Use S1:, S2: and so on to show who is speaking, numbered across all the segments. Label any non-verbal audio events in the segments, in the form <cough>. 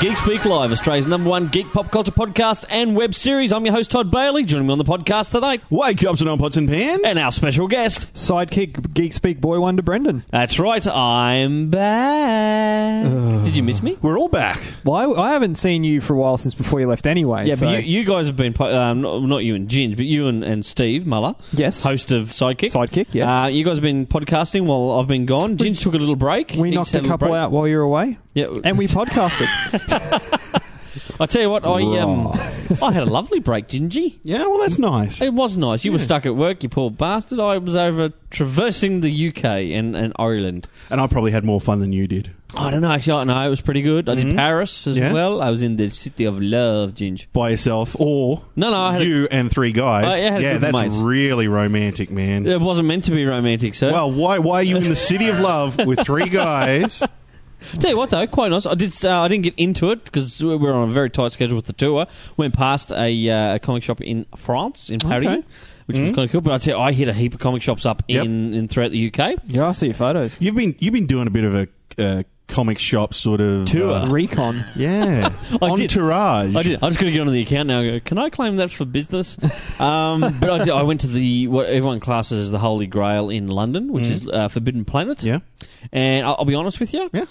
S1: Geek Live, Australia's number one geek pop culture podcast and web series. I'm your host, Todd Bailey. Joining me on the podcast today,
S2: Wake up, Sonoma Pots and Pans.
S1: and our special guest.
S3: Sidekick Geek Speak Boy Wonder Brendan.
S1: That's right, I'm back. Did you miss me?
S2: We're all back.
S3: Well, I, I haven't seen you for a while since before you left anyway.
S1: Yeah,
S3: so-
S1: but you, you guys have been, po- um, not, not you and Ginge, but you and, and Steve Muller.
S3: Yes.
S1: Host of Sidekick.
S3: Sidekick, yes.
S1: Uh, you guys have been podcasting while I've been gone. Ginge took a little break.
S3: we
S1: He's
S3: knocked
S1: had
S3: a
S1: little
S3: couple
S1: break.
S3: out while you were away,
S1: Yeah,
S3: and we podcasted.
S1: <laughs> I tell you what, I um, I had a lovely break, didn't you?
S2: Yeah, well, that's nice.
S1: It was nice. You were stuck at work, you poor bastard. I was over traversing the UK and, and Ireland.
S2: And I probably had more fun than you did.
S1: I don't know. Actually, I know it was pretty good. I did Paris as
S2: Mm-hmm. Yeah.
S1: well. I was in the city of love, Ginge.
S2: By yourself, or
S1: No, no, I had a-
S2: you and three guys.
S1: I- I had a
S2: yeah,
S1: group of
S2: that's
S1: mates.
S2: really romantic, man.
S1: It wasn't meant to be romantic, sir.
S2: Well, why why are you in the city of love with
S1: <laughs>
S2: three guys?
S1: Tell you what, though, quite nice. I did. Uh, I didn't get into it because we were on a very tight schedule with the tour. Went past a, uh, a comic shop in France, in Paris,
S3: Okay.
S1: which was kind of cool. But I tell you, I hit a heap of comic shops up
S2: Mm-hmm. Yep.
S1: in, in throughout the UK.
S3: <laughs> yeah, I see your photos.
S2: You've been you've been doing a bit of a uh, comic shop sort of
S1: Tour. <laughs>
S2: uh,
S3: <laughs> Recon.
S2: yeah,
S1: I did.
S2: entourage.
S1: I did. I'm just going to get onto the account now. and go, Can I claim that for
S2: <laughs>
S1: business? um, but I, did, I went to the what everyone classes as the Holy Grail in London, which is uh, Forbidden Planet.
S2: Mm. Yeah,
S1: And I'll, I'll be honest with you,
S2: yeah.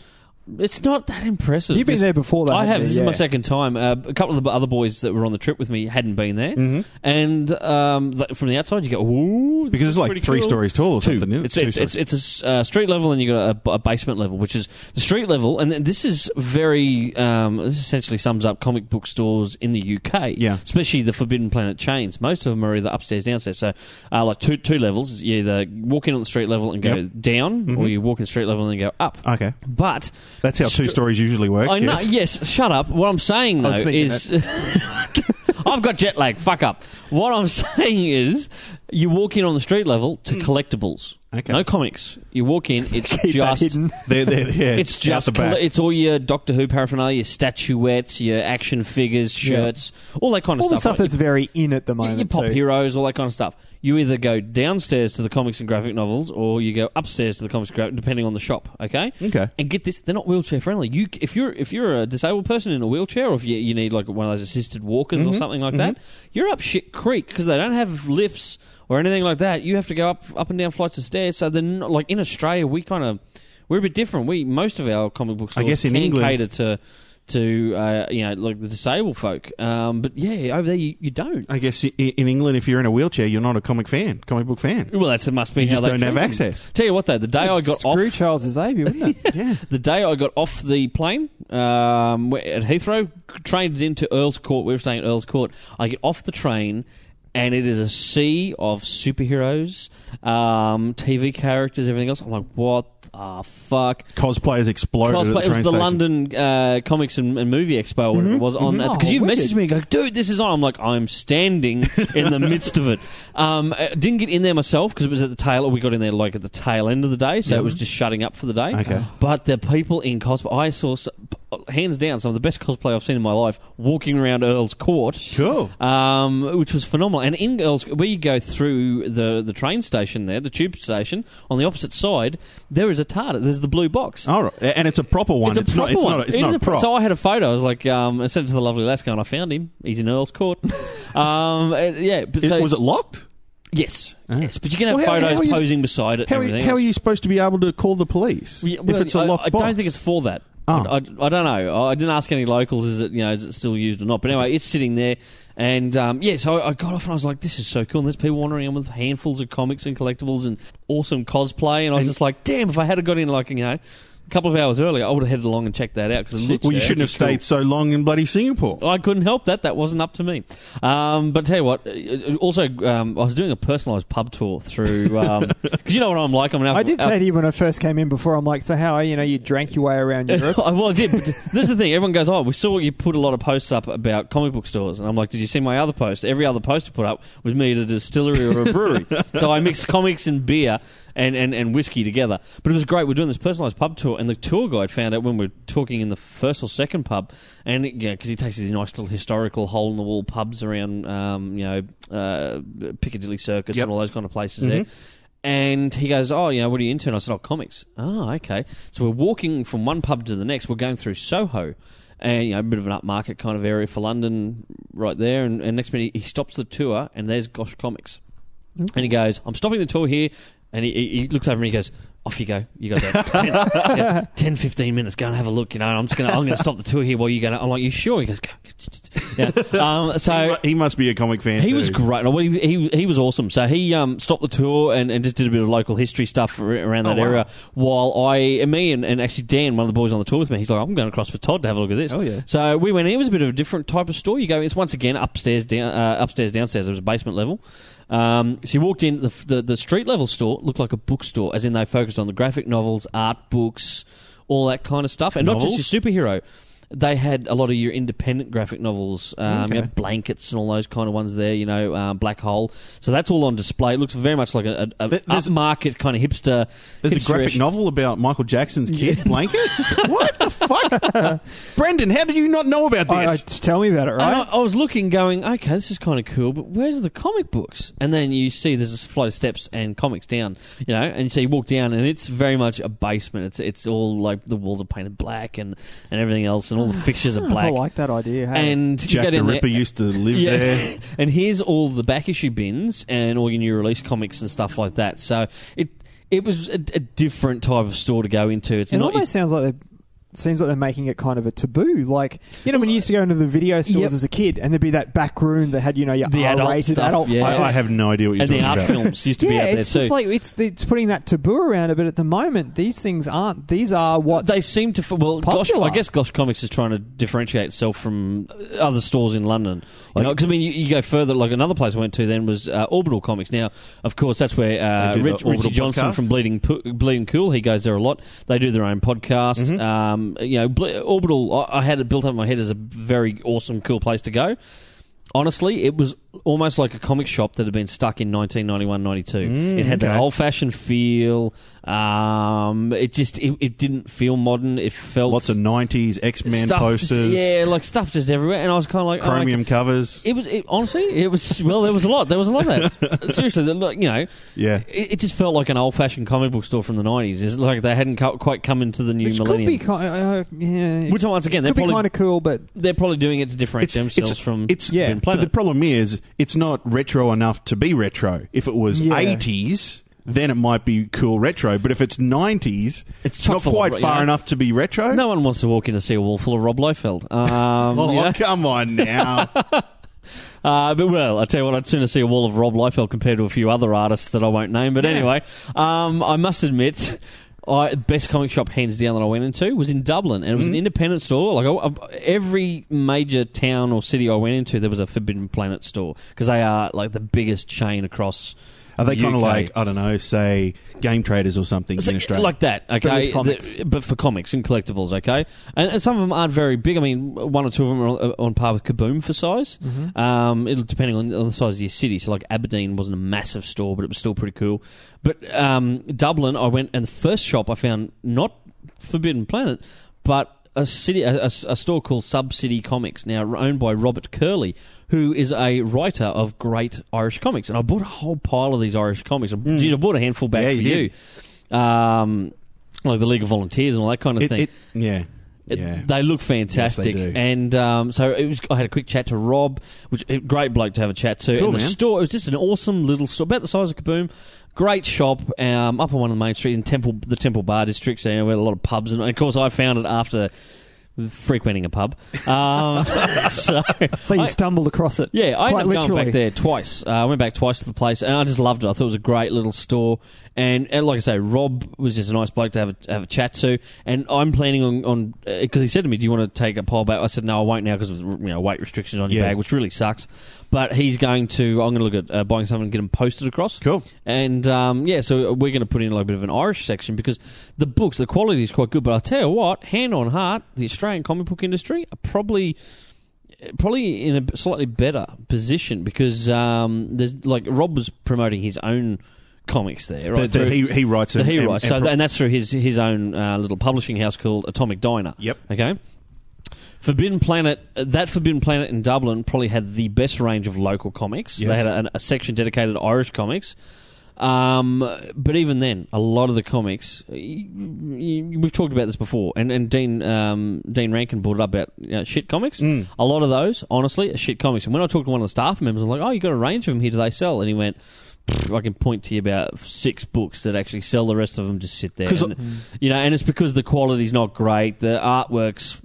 S1: it's not that impressive.
S3: You've been
S1: It's-
S3: there before, though.
S1: I have.
S3: haven't you?
S1: This is
S3: Yeah.
S1: my second time. Uh, a couple of the other boys that were on the trip with me hadn't been there,
S2: Mm-hmm.
S1: and um, th- from the outside you go, "Ooh!" this
S2: Because
S1: is
S2: it's like
S1: pretty
S2: three
S1: cool."
S2: stories tall or
S1: Two.
S2: something. isn't it?
S1: It's
S2: Two
S1: it's,
S2: stories.
S1: it's it's a s- uh, street level, and you got a, b- a basement level, which is the street level, and th- this is very um, this essentially sums up comic book stores in the UK.
S2: Yeah.
S1: especially the Forbidden Planet chains. Most of them are either upstairs, downstairs. So, uh, like two two levels. You either walk in on the street level and go
S2: Yep. Mm-hmm.
S1: down, or you walk in the street level and then go up.
S2: okay.
S1: But
S2: That's how two
S1: Str-
S2: stories usually work.
S1: I know.
S2: yes.
S1: Yes, shut up. What I'm saying though
S3: was thinking
S1: is, <laughs> I've got jet lag. Fuck up. What I'm <laughs> saying is, you walk in on the street level to collectibles.
S2: Okay.
S1: No comics. You walk in. It's
S3: Mm. <laughs> Keep that
S1: just.
S3: hidden.
S2: They're, they're, yeah,
S1: It's
S2: out
S1: just.
S2: the back.
S1: colle- it's all your Doctor Who paraphernalia, your statuettes, your action figures, shirts, all that kind of
S3: All the
S1: stuff.
S3: stuff
S1: right?
S3: that's very in at the
S1: Y-
S3: moment.
S1: Your pop
S3: too.
S1: heroes, all that kind of stuff. You either go downstairs to the comics and graphic novels, or you go upstairs to the comics and graphic, depending on the shop. Okay.
S2: Okay.
S1: And get this, they're not wheelchair friendly. You, c- if you're if you're a disabled person in a wheelchair, or if you, you need like one of those assisted walkers
S2: Mm-hmm.
S1: or something like that, you're up shit creek because they don't have lifts or anything like that. You have to go up up and down flights of stairs. So then, like in Australia, we kind of we're a bit different. We most of our comic book
S2: I
S1: stores
S2: guess in
S1: can
S2: England-
S1: cater to. To uh, you know, like the disabled folk, um, but yeah, over there you, you don't.
S2: I guess i- in England, if you're in a wheelchair, you're not a comic fan, comic book fan.
S1: Well, that's it. Must be you how
S2: just
S1: they
S2: don't have
S1: treat them.
S2: access.
S1: Tell you what, though, the day I got
S3: Screw
S1: off,
S3: Charles Xavier, wouldn't
S1: <laughs>
S3: it?
S2: Yeah,
S1: the day I got off the plane um, w- at Heathrow, trained into Earl's Court. We were staying at Earl's Court. I get off the train. And it is a sea of superheroes, um, TV characters, everything else. I'm like, what the fuck?
S2: cosplayers exploded
S1: Cosplay-
S2: at the
S1: it was
S2: train
S1: the
S2: station.
S1: London uh, Comics and, and Movie Expo, whatever it was on. Because
S3: Oh,
S1: you've
S3: wicked.
S1: messaged me and go, dude, this is on. I'm like, I'm standing in
S3: <laughs>
S1: the midst of it. Um, I didn't get in there myself because it was at the tail. We got in there like at the tail end of the day, so it was just shutting up for the day.
S2: Okay.
S1: But the people in cosplay, I saw s- hands down some of the best cosplay I've seen in my life walking around Earl's Court
S2: Cool.
S1: um, which was phenomenal. And in Earls, we go through the, the train station there, the tube station. On the opposite side, there is a TARDIS. There's the blue box.
S2: All right, and it's a proper one. It's, not. It's not. A, it's
S1: It
S2: not
S1: is
S2: a prop.
S1: So I had a photo. I was like, um, I sent it to the lovely lass, and I found him. He's in Earl's
S2: <laughs>
S1: Court. um, uh, yeah. But
S2: It-
S1: so,
S2: was it locked? Ah.
S1: Yes. Yes. But you can have
S2: Well, how-
S1: photos
S2: how are you-
S1: posing beside it.
S2: How,
S1: and
S2: are you-
S1: everything
S2: how
S1: else.
S2: are you supposed to be able to call the police
S1: Yeah,
S2: if
S1: well,
S2: it's a
S1: I-
S2: locked
S1: I,
S2: box?
S1: don't think it's for that.
S2: Oh.
S1: I, I, I don't know. I didn't ask any locals. Is it you know is it still used or not? But anyway, it's sitting there, and um, yeah. So I, I got off and I was like, "This is so cool." And there's people wandering around with handfuls of comics and collectibles and awesome cosplay. And I was
S2: And-
S1: just like, "Damn! If I had got in like you know a couple of hours earlier, I would have headed along and checked that out." Because
S2: Well, you shouldn't have stayed so long in bloody Singapore.
S1: I couldn't help that. That wasn't up to me. Um, but tell you what, uh, also um, I was doing a personalised pub tour through <laughs> because you know what I'm like. I'm an alcohol-
S3: I did say to you when I first came in before, I'm like, so how are you? You know, you drank your way
S1: <laughs>
S3: around Europe.
S1: I- well, I did. But this is the thing. Everyone goes, "Oh, we saw you put a lot of posts up about comic book stores," and I'm like, "Did you see my other post? Every other post I put up was me at a distillery or a brewery." so I mixed comics and beer and, and, and whiskey together. But it was great. We're doing this personalized pub tour, and the tour guide found out when we were talking in the first or second pub, and you because he takes these nice little historical hole in the wall pubs around, um, you know, uh, Piccadilly Circus
S2: Yep.
S1: and all those kind of places there. And he goes, Oh, "Ah, you know, what are you into? And I said, Oh, comics. Oh, okay. So we're walking from one pub to the next. We're going through Soho. and you know, a bit of an upmarket kind of area for London right there. And, and next minute, he stops the tour, and there's Gosh Comics. And he goes, I'm stopping the tour here. And he, he, he looks over and he goes, off you go. You got about 10, yeah, 10, 15 minutes. Go and have a look. You know, and I'm just gonna, I'm gonna stop the tour here while you're gonna. I'm like, you sure? He goes, go. Yeah. Um, so
S2: He must be a comic fan.
S1: he
S2: too.
S1: was great. Well, He, he, he was awesome. So he um, stopped the tour and, and just did a bit of local history stuff ar- around that
S2: Oh, wow.
S1: area. While I and me and, and actually Dan, one of the boys on the tour with me, he's like, I'm going across with Todd to have a look at this.
S4: Oh, yeah.
S1: So we went. in. It was a bit of a different type of store. You go. It's once again upstairs, down, uh, upstairs, downstairs. It was basement level. Um, so you walked in the, f- the the street level store looked like a bookstore, as in they focused on the graphic novels, art books, all that kind of stuff, and not
S2: Novels?
S1: just your superhero. They had a lot of your independent graphic novels, um, you
S2: Okay.
S1: know, blankets and all those kind of ones there. You know, um, black hole. So that's all on display. It looks very much like a, a, a
S2: There- there's-
S1: upmarket kind of hipster.
S2: There's a graphic
S1: hipsterish-
S2: novel about Michael Jackson's kid blanket. what
S1: <laughs>
S2: the fuck, Brendan? How did you not know about this?
S3: I, I, tell me about it,
S1: And I,
S3: right?
S1: I was looking, going, okay, this is kind of cool, but where's the comic books? And then you see there's a flight of steps and comics down, you know, and so you walk down, and it's very much a basement. It's it's all like the walls are painted black and, and everything else, and all the fixtures
S2: <laughs>
S1: are
S3: I
S1: black.
S3: like that idea. Hey?
S1: and you
S2: Jack
S1: get
S2: the
S1: in there-
S2: Ripper used to live there.
S1: <laughs> and here's all the back issue bins and all your new release comics and stuff like that. So it it was a, a different type of store to go into. It's
S3: it
S1: not.
S3: almost sounds like they seems like they're making it kind of a taboo. Like you know, when you used to go into the video stores
S1: Yep.
S3: as a kid, and there'd be that back room that had you know your
S1: The adult
S3: R-rated
S1: stuff,
S3: adult
S1: yeah.
S2: I, I have no idea what you're
S1: and the
S2: talking
S1: art
S2: about.
S1: films used to be
S3: yeah,
S1: out there
S3: it's
S1: too.
S3: just like it's it's putting that taboo around it. But at the moment, these things aren't. These are what
S1: they seem to f- well, Gosh,
S3: Popular.
S1: I guess Gosh Comics is trying to differentiate itself from uh, other stores in London. You
S2: Like-
S1: know, 'cause because I mean, you, you go further. Like another place I went to then was uh, Orbital Comics. Now, of course, that's where uh,
S2: They do the
S1: Rich, Richie
S2: Orbital
S1: Johnson
S2: podcast.
S1: from Bleeding Po- Bleeding Cool. He goes there a lot. They do their own podcast.
S2: Mm-hmm.
S1: Um, you know, Ble- Orbital. I, I had it built up in my head as a very awesome, cool place to go. Honestly, it was almost like a comic shop that had been stuck in 1991, 92. it had that
S2: Mm, okay.
S1: old fashioned feel. Um, it just it, it didn't feel modern. It felt
S2: Lots of '90s X-Men posters,
S1: yeah, like stuff just everywhere. And I was kind of like, oh,
S2: chromium
S1: okay.
S2: covers.
S1: It was it, honestly, it was well, there was a lot. There was a lot of
S2: <laughs>
S1: that. Seriously, the- like, you know,
S2: Yeah.
S1: it, it just felt like an old fashioned comic book store from the nineties. It's like they hadn't co- quite come into the new
S3: which could
S1: millennium.
S3: be kind. Uh, yeah,
S1: Which once again, they're
S3: could be
S1: probably
S3: kind of cool, but
S1: they're probably doing it to differentiate themselves from
S2: it's
S1: yeah.
S3: Yeah.
S1: Planet.
S2: But the problem is, it's not retro enough to be retro. If it was
S3: Yeah.
S2: 80s, then it might be cool retro. But if it's 90s,
S1: It's
S2: not
S1: tough for-
S2: quite
S1: you
S2: far
S1: know.
S2: enough to be retro.
S1: no one wants to walk in to see a wall full of Rob Liefeld.
S2: <laughs>
S1: Um,
S2: Oh,
S1: you know?
S2: come
S1: <laughs>
S2: on now.
S1: Uh, but well, I tell you what, I'd sooner see a wall of Rob Liefeld compared to a few other artists that I won't name. But anyway, um, I must admit, I best comic shop hands down that I went into was in Dublin, and it was an independent store. Like I, I- every major town or city I went into, there was a Forbidden Planet store because they are like the biggest chain across.
S2: Are they
S1: the
S2: kind of
S1: UK.
S2: like, I don't know, say, game traders or something
S1: So,
S2: in Australia?
S1: Like that, okay?
S3: with comics.
S1: The- but for comics and collectibles, okay? And, and some of them aren't very big. I mean, one or two of them are on, uh, on par with Kaboom for size.
S3: Mm-hmm.
S1: Um, it'll depending on, on the size of your city. So, like Aberdeen wasn't a massive store, but it was still pretty cool. But um, Dublin, I went and the first shop I found not Forbidden Planet, but a city, a, a s- a store called Sub City Comics, now owned by Robert Curley, who is a writer of great Irish comics. And I bought a whole pile of these Irish comics. I,
S3: Mm.
S1: geez, I bought a handful back
S2: Yeah,
S1: for
S2: you did.
S1: you um, like the League of Volunteers and all that kind of
S2: It-
S1: thing.
S2: it- yeah.
S1: It-
S2: yeah.
S1: They look fantastic,
S2: do.
S1: and um, so it was. I had a quick chat to Rob, which a great bloke to have a chat to.
S2: Cool,
S1: and the
S2: man.
S1: store it was just an awesome little store, about the size of Kaboom. Great shop um, up on one of the main street in Temple, the Temple Bar district. So you know, we had a lot of pubs, and, and of course, I found it after frequenting a pub. Um, <laughs> so
S3: so you
S1: I-
S3: stumbled across it.
S1: yeah, I
S3: quite
S1: ended up going
S3: literally.
S1: back there twice. Uh, I went back twice to the place, and I just loved it. I thought it was a great little store, and, and like I say, Rob was just a nice bloke to have a, have a chat to. And I'm planning on on because he said to me, "Do you want to take a pile back?" I said, "No, I won't now because you know weight restrictions on your
S2: Yeah.
S1: bag, which really sucks." But he's going to. I'm going to look at uh, buying something and get them posted across.
S2: Cool.
S1: And um, yeah, so we're going to put in like a bit of an Irish section because the books, the quality is quite good. But I tell you what, hand on heart, the Australian comic book industry are probably probably in a slightly better position because um, there's like Rob was promoting his own comics there, right?
S2: That- that
S1: through-
S2: he, he writes
S1: that
S2: and-
S1: he
S2: and-
S1: writes.
S2: and
S1: so,
S2: pro-
S1: and that's through his his own uh, little publishing house called Atomic Diner.
S2: Yep.
S1: Okay. Forbidden Planet, uh, that Forbidden Planet in Dublin probably had the best range of local comics. They
S2: Yes.
S1: had a, a section dedicated to Irish comics. Um, but even then, a lot of the comics, y- y- we've talked about this before, and, and Dean um, Dean Rankin brought it up about uh, shit comics.
S2: Mm.
S1: A lot of those, honestly, are shit comics. And when I talked to one of the staff members, I'm like, "Oh, you got a range of them here? Do they sell?" And he went, "Pfft, "I can point to you about six books that actually sell. The rest of them just sit there."
S2: 'Cause Mm.
S1: And- you know, and it's because the quality's not great. The artwork's,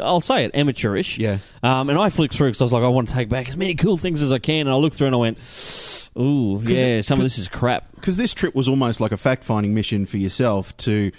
S1: I'll say it, amateurish.
S2: Yeah.
S1: Um, and I flicked through because I was like, I want to take back as many cool things as I can. And I looked through and I went, ooh, yeah,
S2: it-
S1: some of
S2: 'cause-
S1: this is crap.
S2: Because this trip was almost like a fact finding mission for yourself to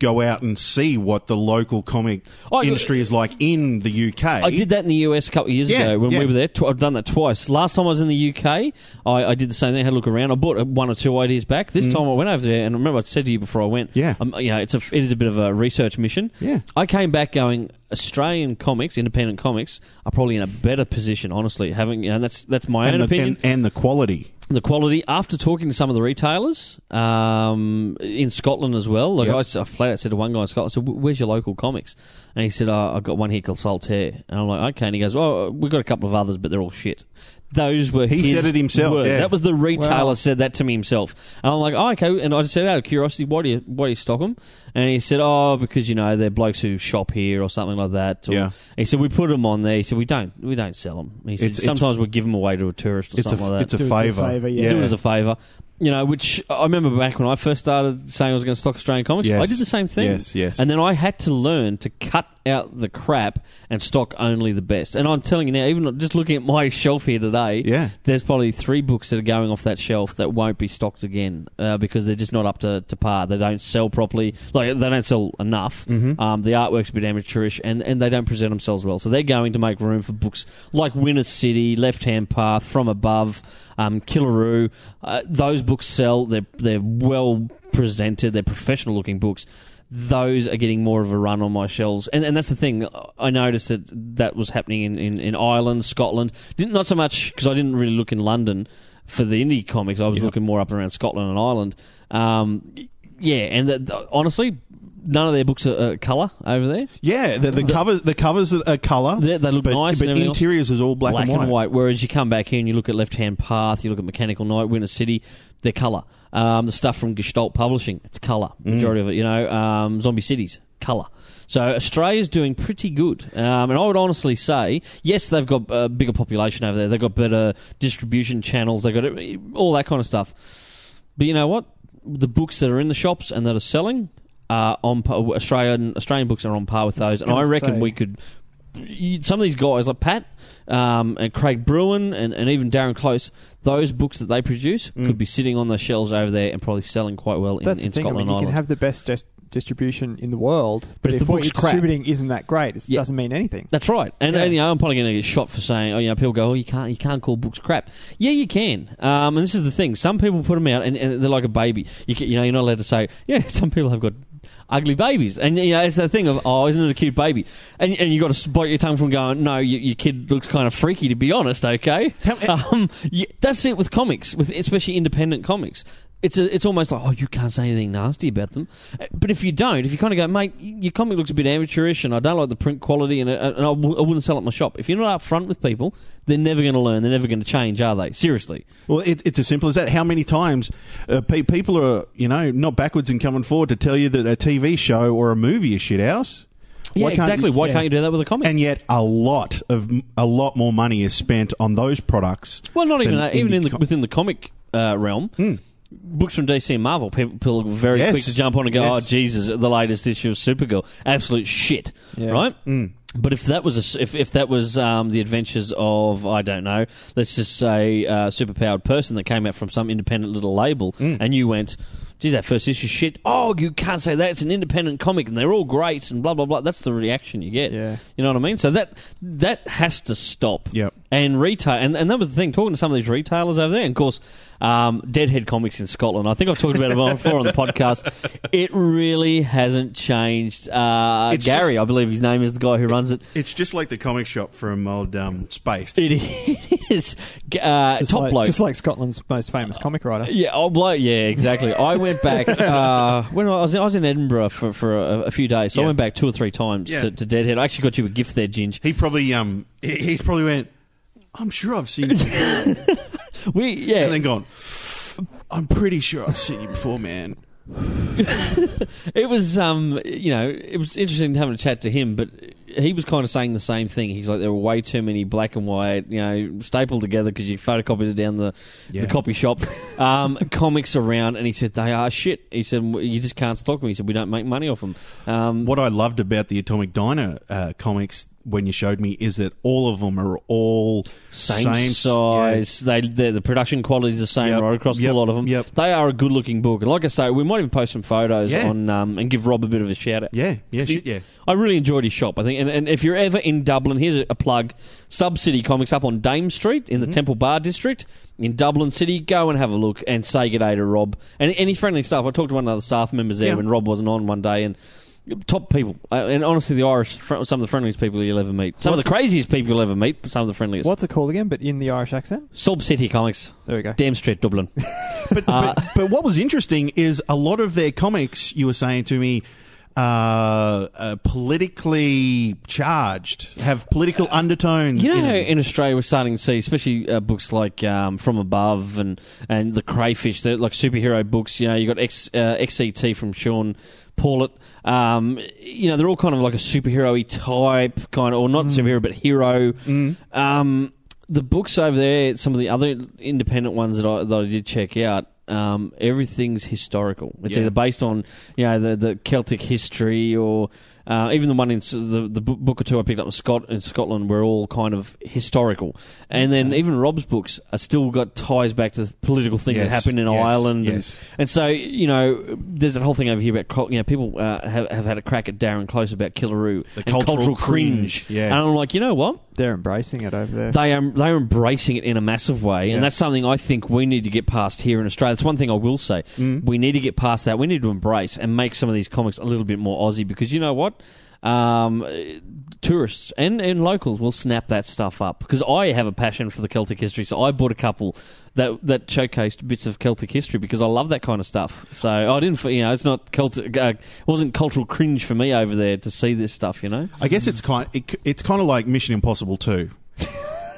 S2: go out and see what the local comic
S1: Oh, you-
S2: industry is like in the UK.
S1: I did that in the US a couple of years
S2: Yeah,
S1: ago when
S2: yeah.
S1: we were there. Tw- I've done that twice. Last time I was in the UK, I, I did the same thing. I had a look around. I bought uh, one or two ideas back. This time I went over there, and remember I said to you before I went,
S2: Mm. Yeah.
S1: um, you know, it's a, it is a bit of a research mission.
S2: Yeah.
S1: I came back going Australian comics, independent comics, are probably in a better position, honestly. Having you know, that's that's my own
S2: And the,
S1: opinion.
S2: and, and the quality.
S1: the quality after talking to some of the retailers um, in Scotland as well. Like
S2: Yep.
S1: I s I I, flat out said to one guy in Scotland, I said, "Wh- "Where's your local comics?" And he said, oh, "I've got one here called Saltaire." And I'm like, "Okay." And he goes, "Well, we've got a couple of others, but they're all shit." Those were
S2: He
S1: his
S2: said it himself,
S1: words.
S2: yeah.
S1: That was the retailer
S3: Wow.
S1: said that to me himself, and I'm like, "Oh, okay." And I just said, out of curiosity, why do you why do you stock them? And he said, "Oh, because you know they're blokes who shop here or something like that." Or,
S2: Yeah.
S1: He said, "We put them on there." He said, "We don't we don't sell them." He said,
S2: It's- it's-
S1: "Sometimes we give them away to a tourist or
S2: It's a,
S1: something like that."
S2: it's a
S3: Do it as a
S2: favour.
S3: favour, yeah.
S1: do it as a favour. You know, which I remember back when I first started saying I was going to stock Australian comics,
S2: Yes.
S1: I did the same thing.
S2: Yes, yes.
S1: And then I had to learn to cut out the crap and stock only the best. And I'm telling you now, even just looking at my <laughs> shelf here today,
S2: Yeah.
S1: there's probably three books that are going off that shelf that won't be stocked again uh, because they're just not up to, to par. They don't sell properly. Like they don't sell enough. Um, the artwork's a bit amateurish, and, and they don't present themselves well. So they're going to make room for books like Winner City, Left Hand Path, From Above, um, Killaroo. Uh, those books sell. They're they're well presented. They're professional looking books. Those are getting more of a run on my shelves, and and that's the thing. I noticed that that was happening in, in, in Ireland, Scotland. Didn't not so much because I didn't really look in London for the indie comics. I was looking more up and around Scotland and Ireland. Um, y- yeah, and that, th- honestly, none of their books are uh, color over there.
S2: Yeah, the, the, covers the covers are, are colour.
S1: They, they look
S2: Oh, but
S1: nice,
S2: but
S1: and everything else.
S2: interiors is all black,
S1: black,
S2: and white.
S1: Whereas you come back here and you look at Left Hand Path, you look at Mechanical Night, Winter City, they're color. Um, the stuff from Gestalt Publishing, it's color. Majority of it, you know. Um, Zombie Cities, color. So Australia's doing pretty good, um, and I would honestly say, yes, they've got a bigger population over there. They've got better distribution channels. They've got it, all that kind of stuff. But you know what? The books that are in the shops and that are selling are on par, Australian Australian books are on par with those, and I
S3: gonna
S1: reckon
S3: say.
S1: we could you- some of these guys like Pat um, and Craig Bruin and, and even Darren Close, those books that they produce could be sitting on the shelves over there and probably selling quite well in,
S3: Mm. That's
S1: in
S3: the thing. I mean,
S1: Scotland
S3: you
S1: and
S3: can
S1: Ireland.
S3: have the best dis- distribution in the world,
S1: But
S3: but
S1: if
S3: if,
S1: the
S3: what
S1: book's
S3: you're
S1: crap-
S3: distributing isn't that great, it
S1: Yeah.
S3: doesn't mean anything.
S1: That's right, and,
S3: Yeah.
S1: and you know, I'm probably going to get shot for saying, oh, you know, people go, oh, you can't, you can't call books crap. Yeah, you can. Um, and this is the thing: some people put them out, and, and they're like a baby. You, can, you know, you're not allowed to say, <laughs> yeah, some people have got ugly babies, and you know, it's that thing of, oh, isn't it a cute baby? And and you got to bite your tongue from going, no, your, your kid looks kind of freaky, to be honest. Okay, <laughs>
S2: eh,
S1: um, you, that's it with comics, with especially independent comics. It's a, it's almost like oh you can't say anything nasty about them, Uh, but if you don't, if you kind of go mate, y- your comic looks a bit amateurish and I don't like the print quality and, uh, and I, w- I wouldn't sell it at my shop. If you're not up front with people, they're never going to learn. They're never going to change, are they? Seriously.
S2: Well, it, it's as simple as that. How many times uh, pe- people are, you know, not backwards and coming forward to tell you that a TV show or a movie is shit house?
S1: Yeah, exactly. Why
S3: yeah.
S1: can't you do that with a comic?
S2: And yet, a lot of a lot more money is spent on those products.
S1: Well, not even
S2: than
S1: that. Even
S2: indie
S1: in the,
S2: com-
S1: within the comic uh, realm, books from DC and Marvel, people, people are very
S2: Yes.
S1: quick to jump on and go,
S2: Yes.
S1: "Oh Jesus, the latest issue of Supergirl, absolute shit!"
S3: Yeah.
S1: Right? But if that was a s if, if that was um, the adventures of I don't know, let's just say a superpowered person that came out from some independent little label, and you went. Geez, that first issue shit. Oh, you can't say that. It's an independent comic, and they're all great, and blah blah blah. That's the reaction you get.
S3: Yeah.
S1: You know what I mean? So that that has to stop.
S2: Yep.
S1: And retail, and, and that was the thing. Talking to some of these retailers over there, and of course, um, Deadhead Comics in Scotland. I think I've talked about it <laughs> before on the podcast. It really hasn't changed. Uh,
S2: It's
S1: Gary, I believe his name is the guy who runs it.
S2: It's just like the comic shop from old um, Space.
S1: It <laughs> is uh,
S3: Just
S1: top
S3: like,
S1: bloke.
S3: just like Scotland's most famous comic writer.
S1: Yeah, oh, bloke. Yeah, exactly. I went back uh, when I was I was in Edinburgh for, for a, a few days, so I
S2: Yeah.
S1: went back two or three times
S2: Yeah.
S1: to, to Deadhead. I actually got you a gift there, Ginge.
S2: He probably, um, he- he's probably went. I'm sure I've seen, it,"
S1: We yeah,
S2: and then gone. I'm pretty sure I've seen you before, man.
S1: It was, um, you know, it was interesting having a chat to him, but he was kind of saying the same thing. He's like, there were way too many black and white, you know, stapled together because you photocopied it down the,
S2: Yeah.
S1: the copy
S2: <laughs>
S1: shop, um, comics around, and he said, they are shit. He said, you just can't stock them. He said, we don't make money off them. Um,
S2: What I loved about the Atomic Diner uh, comics when you showed me is that all of them are all
S1: same,
S2: same
S1: size. They the, the production quality is the same
S2: Yep,
S1: right across
S2: yep,
S1: a lot of them.
S2: yep.
S1: They are a good looking book. Like I say, we might even post some photos
S2: Yeah.
S1: on um, and give Rob a bit of a shout out.
S2: Yeah, yeah, yeah,
S1: See-
S2: shit, yeah.
S1: I really enjoyed his shop. I think, and, and if you're ever in Dublin, here's a, a plug: Sub City Comics up on Dame Street
S2: Mm-hmm.
S1: in the Temple Bar district in Dublin City. Go and have a look and say good day to Rob and any friendly staff. I talked to one of the staff members there
S2: Yeah.
S1: when Rob wasn't on one day and. Top people, Uh, and honestly, the Irish, fr- some of the friendliest people you'll ever meet. Some of the craziest people you'll ever meet, but some of the friendliest.
S3: What's it called again? But in the Irish accent.
S1: Sub City Comics,
S3: There we go.
S1: Dam Street, Dublin.
S2: But,
S1: Uh,
S2: but, but what was interesting is a lot of their comics, you were saying to me, uh, uh, politically charged, have political undertones.
S1: Uh, You know
S2: in
S1: how
S2: them.
S1: in Australia we're starting to see, especially uh, books like um, From Above and and the Crayfish, they're like superhero books. You know, you got X, uh, XCT from Sean Paulett. Um, you know, they're all kind of like a superhero-y type kind of, or not superhero but hero. Um, the books over there, some of the other independent ones that I that I did check out. Um, everything's historical. It's
S2: Yeah.
S1: either based on you know the, the Celtic history or uh, even the one in s- the the bo- book or two I picked up in, Scot- in Scotland were all kind of historical. And then even Rob's books are still got ties back to political things that
S2: Yes,
S1: happened in
S2: yes,
S1: Ireland.
S2: yes.
S1: And, and so you know, there's that whole thing over here about cul- you know people uh, have have had a crack at Darren Close about Killaroo
S2: The
S1: and
S2: cultural
S1: cultural,
S2: cringe, yeah.
S1: And I'm like, you know what?
S3: They're embracing it over there.
S1: They are they are embracing it in a massive way,
S2: Yeah.
S1: and that's something I think we need to get past here in Australia. That's one thing I will say. We need to get past that. We need to embrace and make some of these comics a little bit more Aussie because you know what. Um, eh, tourists and, and locals will snap that stuff up because I have a passion for the Celtic history, so I bought a couple that that showcased bits of Celtic history because I love that kind of stuff. So I didn't, you know, it's not Celtic, uh, it wasn't cultural cringe for me over there to see this stuff, you know.
S2: I guess it's kind. It, it's kind of like Mission Impossible Two.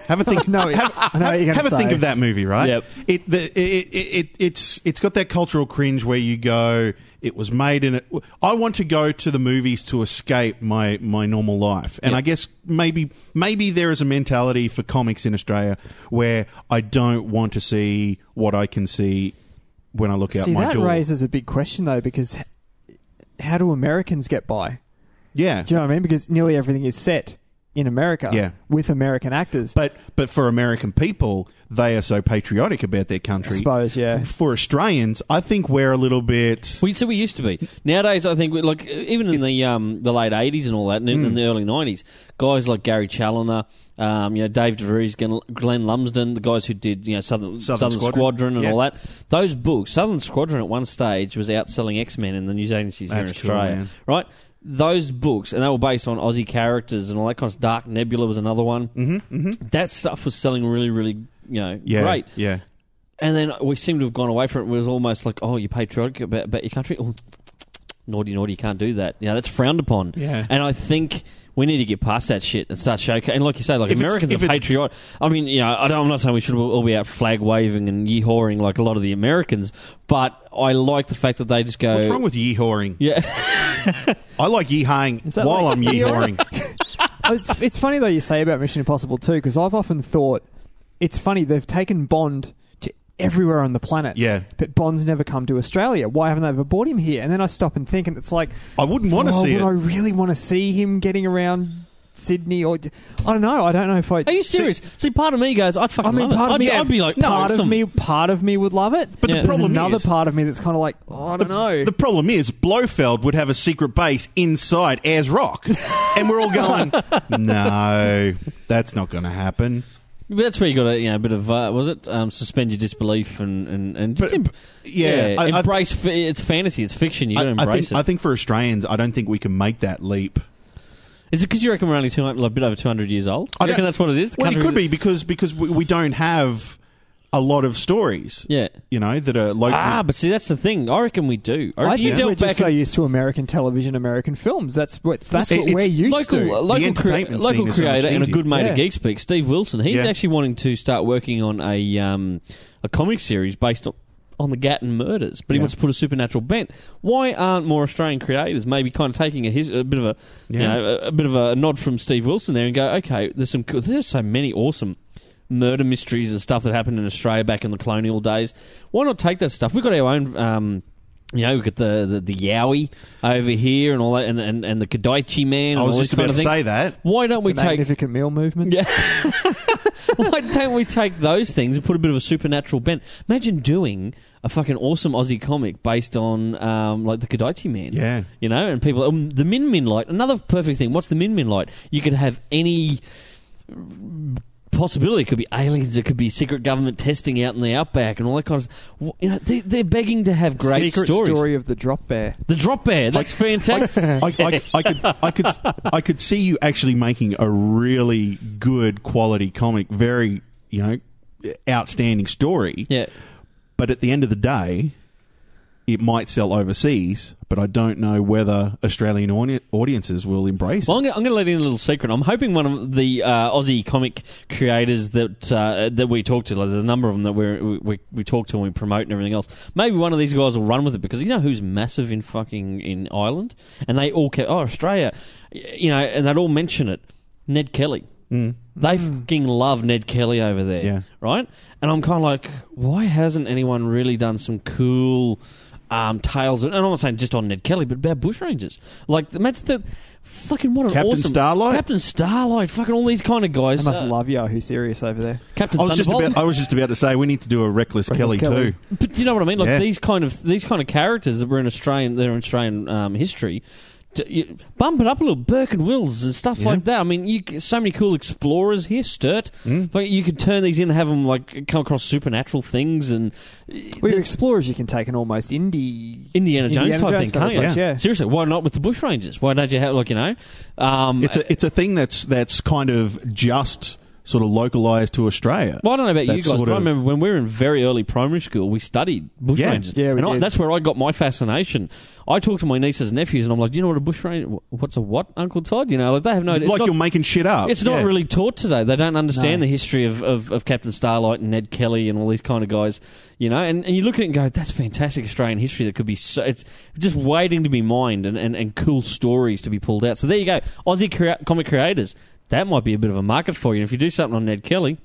S2: Have a think.
S3: <laughs> No,
S2: have,
S3: I know what you're gonna
S2: have a
S3: say.
S2: think of that movie, right?
S1: Yep.
S2: It, the, it, it, it it's it's got that cultural cringe where you go, it was made in. A, I want to go to the movies to escape my my normal life, and
S1: Yep.
S2: I guess maybe maybe there is a mentality for comics in Australia where I don't want to see what I can see when I look out
S3: See,
S2: my
S3: that
S2: door.
S3: raises a big question though, because h- how do Americans get by?
S2: yeah.
S3: Do you know what I mean? Because nearly everything is set in America
S2: Yeah.
S3: with American actors.
S2: But but for American people, they are so patriotic about their country.
S3: I suppose, yeah.
S2: <laughs> F- For Australians, I think we're a little bit.
S1: We so we used to be. Nowadays, I think we, like even in the um, the late eighties and all that, and in
S2: Mm.
S1: the early nineties, guys like Gary Challoner, um, you know Dave DeVries, Glenn, Glenn Lumsden, the guys who did you know Southern
S2: Southern
S1: Southern,
S2: Squadron.
S1: Squadron. and
S2: Yeah.
S1: all that. Those books, Southern Squadron at one stage was outselling X Men in the news agencies here in
S2: That's cool,
S1: Australia,
S2: man.
S1: right? Those books, and they were based on Aussie characters and all that kind of stuff. Dark Nebula was another one. Mm-hmm, That stuff was selling really, really, you know,
S2: yeah,
S1: great.
S2: Yeah.
S1: And then we seem to have gone away from it. It was almost like, oh, you're patriotic about, about your country. Oh, naughty, naughty, you can't do that. You know, that's frowned upon.
S2: Yeah.
S1: And I think we need to get past that shit and start showcasing. And like you say, like
S2: If it's-
S1: Americans are
S2: if it's-
S1: patriotic. I mean, you know, I don't, I'm not saying we should all be out flag waving and yeehawing like a lot of the Americans, but I like the fact that they just go.
S2: What's wrong with yeehawing?
S1: yeah,
S2: <laughs> I like yeehawing
S3: Is that
S2: while
S1: <laughs>
S3: like-
S2: I'm yeehawing.
S3: Oh, it's, it's funny though you say about Mission Impossible too, because I've often thought it's funny they've taken Bond to everywhere on the planet.
S2: Yeah.
S3: But Bond's never come to Australia. Why haven't they ever bought him here? And then I stop and think, and it's like,
S2: I wouldn't want to
S3: oh,
S2: see
S3: would I
S2: it.
S3: really want to see him getting around Sydney or I don't know. I don't know if I.
S1: are you serious? See, part of me goes, I'd fucking
S3: I mean,
S1: love
S3: part
S1: it.
S3: of
S1: I'd,
S3: me-
S1: be- I'd be like,
S3: No, part
S1: awesome.
S3: of me, part of me would love it.
S2: But
S1: Yeah. There's
S2: the
S3: there's
S2: problem
S3: another
S2: is,
S3: part of me that's kind of like, oh, I don't know.
S2: the problem is, Blofeld would have a secret base inside Ayers Rock, and we're
S1: <laughs>
S2: all going, no, that's not going to happen.
S1: But that's where you got to, you know, a bit of, uh, was it? Um, suspend your disbelief and, and, and just
S2: But-
S1: em-
S2: yeah, I- I-
S1: embrace. fa- it's fantasy. It's fiction. You got to
S2: I, I
S1: embrace
S2: think, I
S1: it.
S2: think for Australians, I don't think we can make that leap.
S1: Is it because you reckon we're only two, hun- like, a bit over two hundred years old?
S2: I
S1: I reckon
S2: don't-
S1: that's what it is. The
S2: Well, it
S1: country
S2: could
S1: is-
S2: be because because we, we don't have a lot of stories.
S1: Yeah.
S2: you know that are local.
S1: Ah, but see, that's the thing. I reckon we do. I
S3: I
S1: reckon
S3: think
S1: you dealt
S3: we're
S1: back
S3: just so
S1: in-
S3: used to American television, American films. That's what that's
S2: It-
S3: what
S2: it's
S3: we're used
S1: local,
S3: to.
S1: uh, local,
S2: entertainment
S1: local
S2: scene is so much
S1: creator and a
S2: easier.
S1: good mate
S3: Yeah.
S1: of Geek Speak, Steve Wilson. He's
S2: Yeah.
S1: actually wanting to start working on a um, a comic series based on on the Gatton murders, but he
S2: Yeah.
S1: wants to put a supernatural bent. Why aren't more Australian creators maybe kind of taking a, his, a bit of a you
S2: Yeah.
S1: know a, a bit of a nod from Steve Wilson there and go, okay, there's some cool- there's so many awesome murder mysteries and stuff that happened in Australia back in the colonial days. Why not take that stuff? We've got our own. Um, you know, we've got the, the, the Yowie over here and all that, and, and, and the Kadaichi man.
S2: I
S1: and
S2: was
S1: all this
S2: just about
S1: kind
S2: to
S1: of thing.
S2: say that.
S1: Why don't we
S3: The
S1: take
S3: Magnificent meal movement.
S1: yeah. <laughs> Why don't we take those things and put a bit of a supernatural bent? Imagine doing a fucking awesome Aussie comic based on um, like the Kadaiti Man.
S2: Yeah.
S1: You know, and people um, the Min Min Light. Another perfect thing. What's the Min Min Light? You could have any possibility. It could be aliens. It could be secret government testing out in the outback and all that kind of. Stuff. You know, they, they're begging to have great
S3: Secret
S1: stories.
S3: story of the drop bear.
S1: The drop bear. That's fantastic.
S2: <laughs> I, I, I could I could I could see you actually making a really good quality comic, very you know outstanding story.
S1: yeah.
S2: But at the end of the day, it might sell overseas, but I don't know whether Australian audi- audiences will embrace
S1: Well,
S2: it.
S1: I'm going to let in a little secret. I'm hoping one of the uh, Aussie comic creators that uh, that we talk to, like, there's a number of them that we're, we we we talk to and we promote and everything else. Maybe one of these guys will run with it because you know who's massive in fucking in Ireland, and they all kept, oh Australia, y- you know, and they'd all mention it. Ned Kelly.
S2: Mm.
S1: They fucking love Ned Kelly over there,
S2: Yeah.
S1: right? And I'm kind of like, why hasn't anyone really done some cool um, tales? And I'm not saying just on Ned Kelly, but about bushrangers. Like, imagine the fucking what an
S2: Captain
S1: awesome
S2: Starlight?
S1: Captain Starlight, fucking all these kind of
S3: I
S1: guys.
S3: must
S1: Uh,
S3: love Yahoo Serious over there.
S1: Captain
S2: I was just
S1: Thunderbolt.
S2: about I was just about to say we need to do a reckless, Kelly,
S3: Reckless Kelly.
S2: too.
S1: But do you know what I mean? Like
S2: Yeah.
S1: these kind of these kind of characters that were in Australian, they're in Australian um, history. D you, bump it up a little, Burke and Wills and stuff like that. I mean, you c- so many cool explorers here, Sturt.
S2: Mm.
S1: But you could turn these in and have them like come across supernatural things and
S3: With explorers, you can take an almost indie.
S1: Indiana Jones
S3: Indiana
S1: type thing,
S3: Jones kind
S1: can't
S3: of
S1: you?
S3: approach, yeah.
S1: Seriously, why not with the bushrangers? Why don't you have like you know? Um,
S2: It's a it's a thing that's that's kind of just sort of localized to Australia.
S1: Well, I don't know about you
S2: That
S1: guys,
S2: sort
S1: but I
S2: of-
S1: remember when we were in very early primary school, we studied bushrangers.
S3: Yeah, we
S1: and I,
S3: did.
S1: that's where I got my fascination. I talk to my nieces and nephews, and I'm like, "Do you know what a bushranger? What's a what, Uncle Todd? You know, like they have no. It's
S2: like
S1: not,
S2: you're making shit up.
S1: it's not
S2: Yeah.
S1: really taught today. They don't understand
S3: No.
S1: the history of, of, of Captain Starlight and Ned Kelly and all these kind of guys, you know. And, and you look at it and go, that's fantastic Australian history that could be so. It's just waiting to be mined and, and, and cool stories to be pulled out. So there you go. Aussie crea- comic creators. That might be a bit of a market for you. And if you do something on Ned Kelly,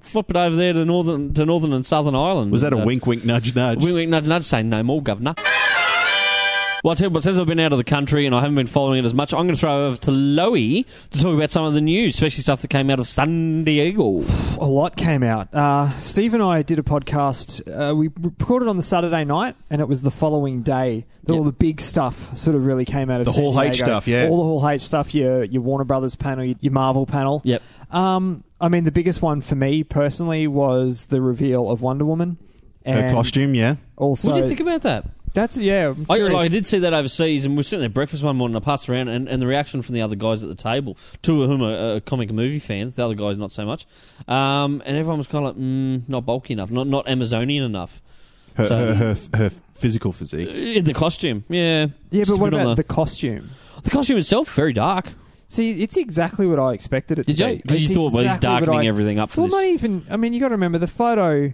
S1: flip it over there to Northern, to Northern and Southern Ireland.
S2: Was that a
S1: And, uh,
S2: wink, wink, nudge, nudge?
S1: Wink, wink, nudge, nudge, saying no more, governor. Well, I'll tell you what, since I've been out of the country and I haven't been following it as much, I'm going to throw over to Loey to talk about some of the news, especially stuff that came out of San Diego.
S3: A lot came out. Uh, Steve and I did a podcast. Uh, we recorded on the Saturday night, and it was the following day that
S1: Yeah.
S3: all the big stuff sort of really came out of
S2: The
S3: San
S2: Hall H
S3: Diego.
S2: stuff, yeah.
S3: All the Hall H stuff. Your your Warner Brothers panel, your, your Marvel panel.
S1: Yep.
S3: Um, I mean, the biggest one for me personally was the reveal of Wonder Woman.
S2: Her
S3: and
S2: costume, yeah.
S3: Also,
S1: what do you think about that?
S3: that's yeah. I'm
S1: I,
S3: curious.
S1: I did see that overseas, and we were sitting at breakfast one morning, and I passed around, and, and the reaction from the other guys at the table, two of whom are uh, comic and movie fans, the other guys not so much, um, and everyone was kind of like, mm, not bulky enough, not, not Amazonian enough.
S2: Her,
S1: So-
S2: her, her, her physical physique.
S1: In the costume, yeah.
S3: yeah,
S1: Just
S3: but
S1: a
S3: what
S1: bit on
S3: about
S1: the-
S3: the costume?
S1: The costume itself, very dark.
S3: See, it's exactly what I expected it
S1: Did
S3: to
S1: you?
S3: be.
S1: Because you
S3: It's
S1: thought, well, he's
S3: exactly what
S1: darkening
S3: I-
S1: everything up for
S3: Well,
S1: this.
S3: not even. I mean, you got to remember the photo.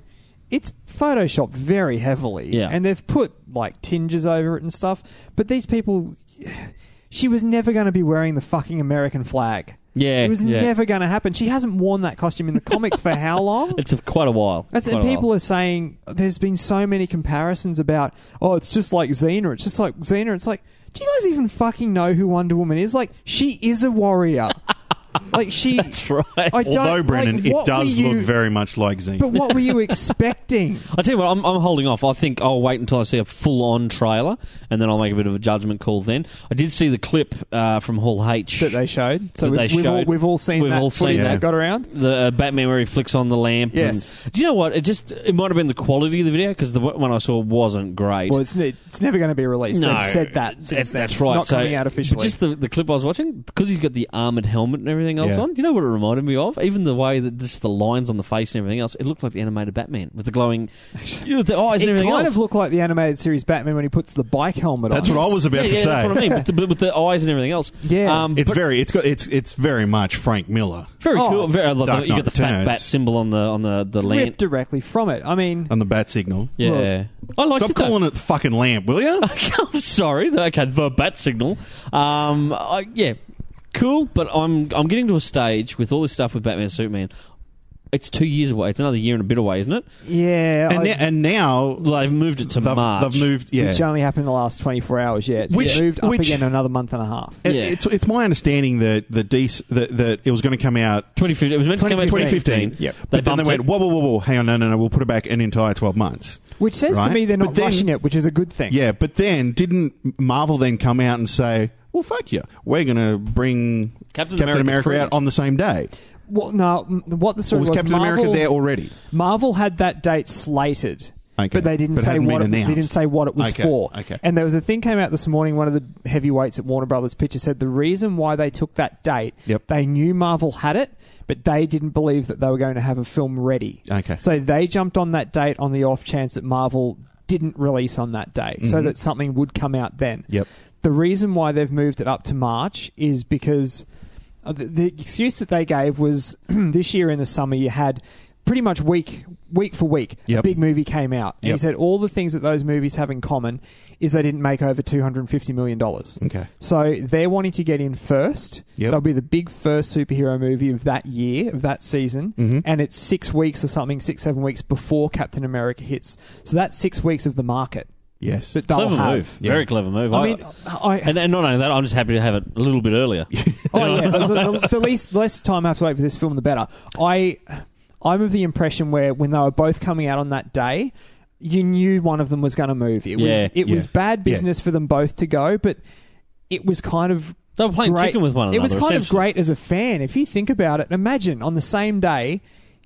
S3: It's photoshopped very heavily,
S1: Yeah.
S3: and they've put like tinges over it and stuff. But these people, <sighs> she was never going to be wearing the fucking American flag.
S1: Yeah,
S3: It was
S1: yeah.
S3: never going to happen. She hasn't worn that costume in the comics for how long?
S1: <laughs> It's a, quite a while.
S3: That's
S1: Quite
S3: and
S1: a while.
S3: people are saying there's been so many comparisons about oh it's just like Xena, it's just like Xena. It's like do you guys even fucking know who Wonder Woman is? Like she is a warrior.
S1: <laughs>
S3: like she.
S1: That's right.
S3: I
S1: I,
S3: don't-
S2: Although,
S3: like,
S2: Brennan, it
S3: what
S2: does
S3: were you-
S2: look very much like Zine.
S3: But what
S1: <laughs>
S3: were you expecting?
S1: tell you what, I'm, I'm holding off. I think I'll wait until I see a full-on trailer, and then I'll make a bit of a judgment call. Then I did see the clip uh, from Hall H.
S3: that they showed. So
S1: That
S3: we've,
S1: they
S3: we've, all,
S1: showed.
S3: we've all seen
S1: We've
S3: that
S1: all seen
S3: footage
S2: that.
S3: that got around.
S1: the uh, Batman where he flicks on the lamp.
S3: Yes.
S1: And, do you know what? It just it might have been the quality of the video because the w- one I saw wasn't great.
S3: Well, it's, ne- it's never going to be released.
S1: no,
S3: They've said that.
S1: that's,
S3: Since then.
S1: that's
S3: It's
S1: right.
S3: not
S1: so,
S3: coming out officially.
S1: But just the, the clip I was watching because he's got the armored helmet and everything. everything else
S2: Yeah.
S1: on. Do you know what it reminded me of? Even the way that just the lines on the face and everything else, it looked like the animated Batman with the
S3: <laughs>
S1: glowing you know, the eyes
S3: It
S1: and
S3: kind
S1: everything else.
S3: of looked like the animated series Batman when he puts the bike helmet
S2: That's
S3: on.
S2: what I was about
S1: yeah,
S2: to
S1: yeah,
S2: say.
S1: That's what I mean. With the, with the eyes and everything else.
S3: Yeah.
S1: Um,
S2: It's
S1: but
S2: very, it's got, it's it's very much Frank Miller
S1: very
S3: Oh.
S1: cool. Very, I love
S2: Dark
S1: the, you
S2: Knight
S1: got the fat
S2: Returns.
S1: bat symbol on the on the the
S3: ripped
S1: lamp.
S3: directly from it. I mean,
S2: on the bat signal.
S1: Yeah, I liked
S2: Stop
S1: it. though.
S2: calling it the fucking lamp, will
S1: Oh,
S2: you?
S1: I'm <laughs> sorry. Okay, the bat signal. Um, I, yeah, cool. But I'm I'm getting to a stage with all this stuff with Batman, Superman. It's two years away. It's another year and a bit away, isn't it?
S3: yeah,
S2: And,
S3: I-
S2: now and now
S1: Well, They've moved it to
S2: they've,
S1: March. uh,
S2: they've moved. Yeah,
S3: which only happened in the last 24 hours. Yeah, it's
S1: Which-
S3: been moved up
S2: which-
S3: again another month and a half.
S2: It-
S1: Yeah.
S2: it's it's my understanding that the DC, that that it was going to come out
S1: 2015. It was meant to come out
S2: 2015.
S1: 2015.
S3: Yep.
S1: They
S2: but then they
S1: bumped
S2: went,
S1: it.
S2: whoa, whoa, whoa, whoa, hang on, no, no, no, we'll put it back an entire 12 months.
S3: Which says
S2: Right.
S3: to me they're
S2: But
S3: not
S2: then-
S3: rushing it, which is a good thing.
S2: Yeah, but then didn't Marvel then come out and say, well, fuck you, we're going to bring
S1: Captain
S2: Captain,
S1: America
S2: America,
S1: three.
S2: out on the same day?
S3: Well, no, m- what the
S2: Or
S3: story
S2: was Captain
S3: Marvel,
S2: America there already?
S3: Marvel had that date slated.
S2: Okay.
S3: But they didn't
S2: But it
S3: say
S2: hadn't
S3: what it,
S2: been
S3: they didn't
S2: announced.
S3: say what it was
S2: Okay,
S3: for.
S2: okay.
S3: And there was a thing came out this morning. One of the heavyweights at Warner Brothers Picture said the reason why they took that date,
S2: Yep.
S3: they knew Marvel had it, but they didn't believe that they were going to have a film ready.
S2: Okay.
S3: So they jumped on that date on the off chance that Marvel didn't release on that day, so that something would come out then.
S2: Mm-hmm. Yep.
S3: The reason why they've moved it up to March is because uh, the, the excuse that they gave was <clears throat> this year in the summer you had pretty much week week for week a
S2: Yep.
S3: big movie came out. And he
S2: Yep.
S3: said all the things that those movies have in common is they didn't make over two hundred and fifty million dollars.
S2: Okay.
S3: So they're wanting to get in first.
S2: Yep.
S3: That'll be the big first superhero movie of that year, of that season.
S2: Mhm.
S3: And it's six weeks or something, six, seven weeks before Captain America hits. So that's six weeks of the market
S2: Yes.
S3: that they'll
S1: Clever
S3: have.
S1: move. Very
S2: Yeah.
S1: clever move.
S3: I mean, I,
S1: and, and not only that, I'm just happy to have it a little bit earlier.
S3: oh yeah, the, the- the least less time I have to wait for this film, the better. I I'm of the impression where when they were both coming out on that day, you knew one of them was going to move. It
S1: Yeah.
S3: was it was
S2: Yeah.
S3: bad
S2: Yeah.
S3: business for them both to go, but it was kind of
S1: They were playing
S3: great.
S1: chicken with one another.
S3: It was kind of
S1: essentially.
S3: great as a fan. If you think about it, imagine on the same day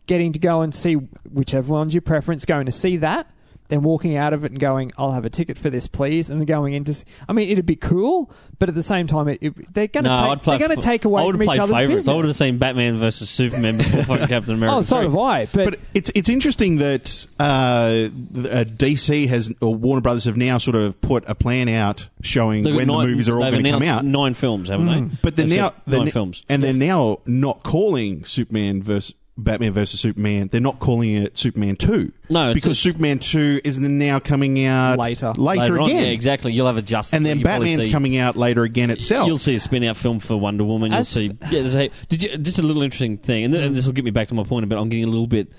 S3: getting to go and see whichever one's your preference, going to see that, then walking out of it and going, I'll have a ticket for this, please, and then going into. s- I mean, it'd be cool, but at the same time, it, it, they're going to
S1: No, I'd
S3: take,
S1: play.
S3: they're going to
S1: f-
S3: take away
S1: I would
S3: from
S1: have
S3: each
S1: played
S3: other's
S1: favorites. I would have
S3: business.
S1: seen Batman versus Superman before fucking
S3: <laughs>
S1: Captain America.
S3: Oh, so
S1: three.
S3: have I, but,
S2: But it's it's interesting that uh, th- uh, DC has or Warner Brothers have now sort of put a plan out showing
S1: They've got
S2: when the
S1: nine-
S2: movies are all
S1: they've
S2: going to come
S1: announced
S2: out. Hmm.
S1: Nine films, haven't they?
S2: But they're
S1: They've
S2: now
S1: said
S2: they're
S1: nine
S2: n-
S1: films.
S2: and
S1: Yes.
S2: they're now not calling Superman versus Batman versus Superman. They're not calling it Superman Two.
S1: No, it's-
S2: because
S1: it's-
S2: Superman Two is now coming out
S3: Later.
S2: later,
S1: Later on,
S2: again.
S1: yeah, exactly. You'll have a Justice
S2: And then
S1: League. You'll probably
S2: Batman's
S1: see-
S2: coming out later again itself.
S1: You'll see a spin-out film for Wonder Woman. You'll
S3: As-
S1: see. Yeah, there's a, did you just a little interesting thing, and, th- and this will get me back to my point. But I'm getting a little bit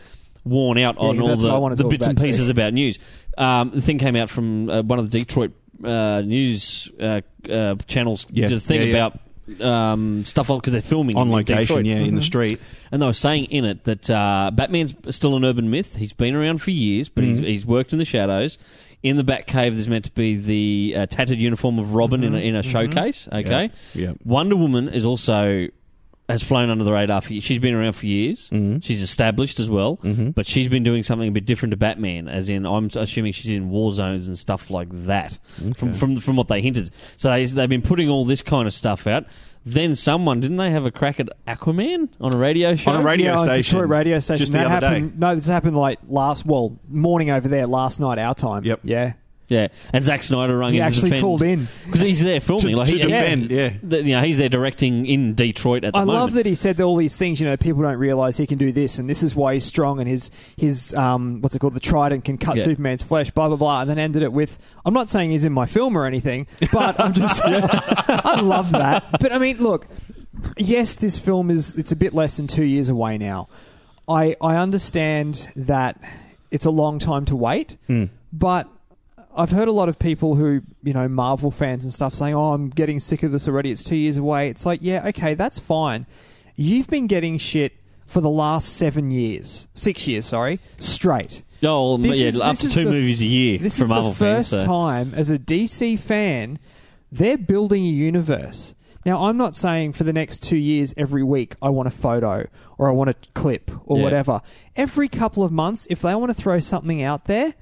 S1: worn out on
S3: 'cause
S1: all
S3: that's what I wanna
S1: the, the
S3: talk
S1: bits and
S3: about too.
S1: pieces about news. Um, the thing came out from uh, one of the Detroit uh, news uh, uh, channels.
S2: Yeah,
S1: Did a thing
S2: yeah, yeah.
S1: about. Um, stuff because they're filming
S2: on
S1: in
S2: location,
S1: Detroit. Mm-hmm.
S2: yeah, in the street.
S1: And they were saying in it that uh, Batman's still an urban myth. He's been around for years, but he's, he's worked in the shadows. In the Batcave, there's meant to be the uh, tattered uniform of Robin in a, in a showcase. Okay,
S2: Yeah.
S1: Wonder Woman is also has flown under the radar. For, she's been around for years.
S2: Mm-hmm.
S1: She's established as well, but she's been doing something a bit different to Batman. As in, I'm assuming she's in war zones and stuff like that. From from from what they hinted, so they, they've been putting all this kind of stuff out. Then someone didn't they have a crack at Aquaman on a radio show?
S2: On a radio
S3: yeah, on
S2: station.
S3: Detroit radio station.
S2: Just the
S3: that
S2: other
S3: happened. No, this happened like last, well, morning over there, last night our time.
S2: Yep.
S3: Yeah.
S1: yeah, and Zack Snyder rung
S3: He
S1: in to
S3: actually
S1: defend-
S3: called in.
S1: because he's there filming.
S2: To-
S1: like
S2: to
S1: he,
S2: defend, yeah.
S1: th- you know, he's there directing in Detroit at the
S3: I
S1: moment.
S3: love that he said that all these things. You know, people don't realize he can do this, and this is why he's strong, and his his um, what's it called, the trident can cut
S1: Yeah.
S3: Superman's flesh. Blah blah blah, and then ended it with, "I'm not saying he's in my film or anything, but
S1: <laughs>
S3: I'm just, <laughs> I love that." But I mean, look, yes, this film is it's a bit less than two years away now. I I understand that it's a long time to wait, but I've heard a lot of people who, you know, Marvel fans and stuff saying, oh, I'm getting sick of this already. It's two years away. It's like, yeah, okay, that's fine. You've been getting shit for the last seven years, six years, sorry, straight.
S1: Oh,
S3: This
S1: yeah,
S3: is-
S1: up
S3: this
S1: to
S3: is
S1: two
S3: the-
S1: movies a year
S3: This
S1: for
S3: is
S1: Marvel
S3: the first
S1: fans. so-
S3: time as a DC fan, they're building a universe. Now, I'm not saying for the next two years, every week, I want a photo or I want a clip or
S1: Yeah.
S3: whatever. Every couple of months, if they want to throw something out there,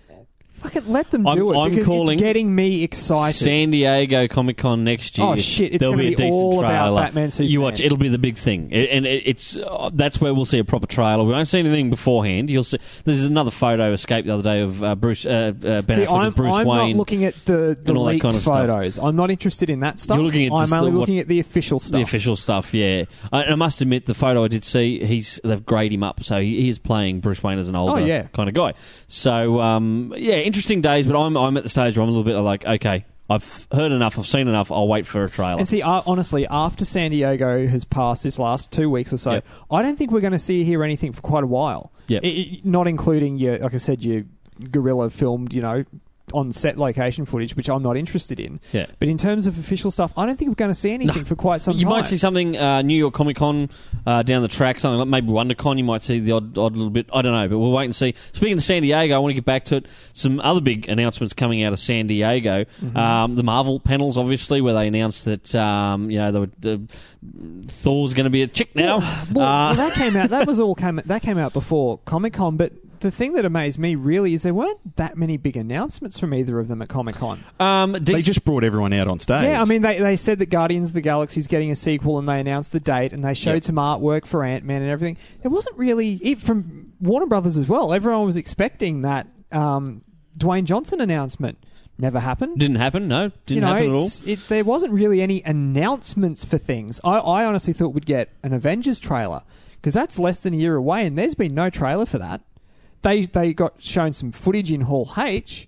S3: Fucking let them
S1: I'm-
S3: do it
S1: I'm
S3: because
S1: calling
S3: it's getting me excited.
S1: San Diego Comic Con next year.
S3: Oh, shit, it's
S1: there'll
S3: gonna
S1: be a
S3: be
S1: decent
S3: all about
S1: trailer.
S3: Batman,
S1: You
S3: Superman.
S1: watch, it'll be the big thing, It- and it, it's uh, that's where we'll see a proper trailer. We won't see anything beforehand. You'll see. There's another photo escape the other day of uh, Bruce uh, uh, Ben Affleck
S3: See,
S1: as
S3: I'm,
S1: Bruce
S3: I'm
S1: Wayne.
S3: not looking at the, the
S1: and all that
S3: leaked
S1: kind of stuff.
S3: photos. I'm not interested in that stuff.
S1: You're looking at
S3: I'm
S1: just
S3: only
S1: the-
S3: looking at the official stuff.
S1: The official stuff, yeah. I, I must admit, the photo I did see, he's they've grayed him up, so he, he is playing Bruce Wayne as an older
S3: Oh, yeah.
S1: kind of guy. So um, yeah, interesting days. But I'm I'm at the stage where I'm a little bit like, okay, I've heard enough, I've seen enough. I'll wait for a trailer.
S3: And see, uh, honestly, after San Diego has passed this last two weeks or so,
S1: Yep.
S3: I don't think we're going to see hear anything for quite a while.
S1: Yep.
S3: I- I- not including your, like I said, your gorilla filmed, you know, on set location footage, which I'm not interested in.
S1: Yeah.
S3: But in terms of official stuff, I don't think we're going to see anything for quite some
S1: you
S3: time.
S1: might see something uh, New York Comic Con uh, down the track, something like maybe WonderCon. You might see the odd, odd little bit. I don't know, but we'll wait and see. Speaking of San Diego, I want to get back to it. Some other big announcements coming out of San Diego.
S3: Mm-hmm.
S1: Um, the Marvel panels, obviously, where they announced that um, you know they were, uh, Thor's going to be a chick now.
S3: Well, well,
S1: Uh,
S3: well, that came out. That was all came. That came out before Comic Con, but. The thing that amazed me really is there weren't that many big announcements from either of them at Comic Con.
S1: um,
S2: They
S1: DC
S2: just brought everyone out on stage.
S3: Yeah, I mean, they, they said that Guardians of the Galaxy is getting a sequel, and they announced the date, and they showed
S1: Yep.
S3: some artwork for Ant Man and everything. There wasn't really it from Warner Brothers as well. Everyone was expecting that um, Dwayne Johnson announcement. Never happened.
S1: didn't happen. No, didn't
S3: you know,
S1: happen at all.
S3: it's- It, there wasn't really any announcements for things. I, I honestly thought we'd get an Avengers trailer because that's less than a year away, and there's been no trailer for that. They they got shown some footage in Hall H,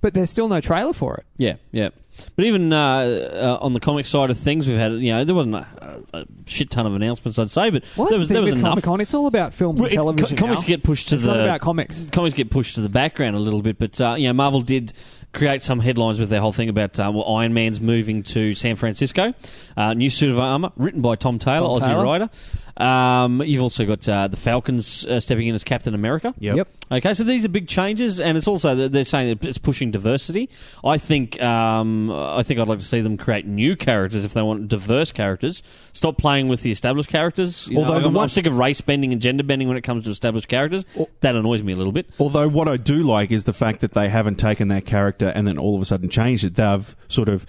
S3: but there's still no trailer for it.
S1: Yeah, yeah. But even uh, uh, on the comic side of things, we've had you know there wasn't a, a a shit ton of announcements, I'd say, but
S3: Well,
S1: there
S3: that's
S1: was
S3: the
S1: there
S3: thing
S1: was
S3: with
S1: enough.
S3: Comic Con. It's all about films
S1: Well,
S3: and
S1: it-
S3: television.
S1: co- comics
S3: now.
S1: get pushed to
S3: it's
S1: the
S3: not about comics.
S1: Comics get pushed to the background a little bit, but uh, you know Marvel did create some headlines with their whole thing about uh, well, Iron Man's moving to San Francisco, uh, new suit of armor written by Tom Taylor,
S3: Tom
S1: Aussie
S3: Taylor.
S1: writer. Um, you've also got uh, the Falcons uh, stepping in as Captain America.
S2: Yep. Yep.
S1: Okay, so these are big changes, and it's also that they're saying that it's pushing diversity. I think um, I think I'd like to see them create new characters if they want diverse characters. Stop playing with the established characters. you know.
S2: Although
S1: Like,
S2: the
S1: I'm,
S2: one-
S1: I'm sick of race bending and gender bending when it comes to established characters. that annoys me a little bit.
S2: Although what I do like is the fact that they haven't taken that character and then all of a sudden changed it. They've sort of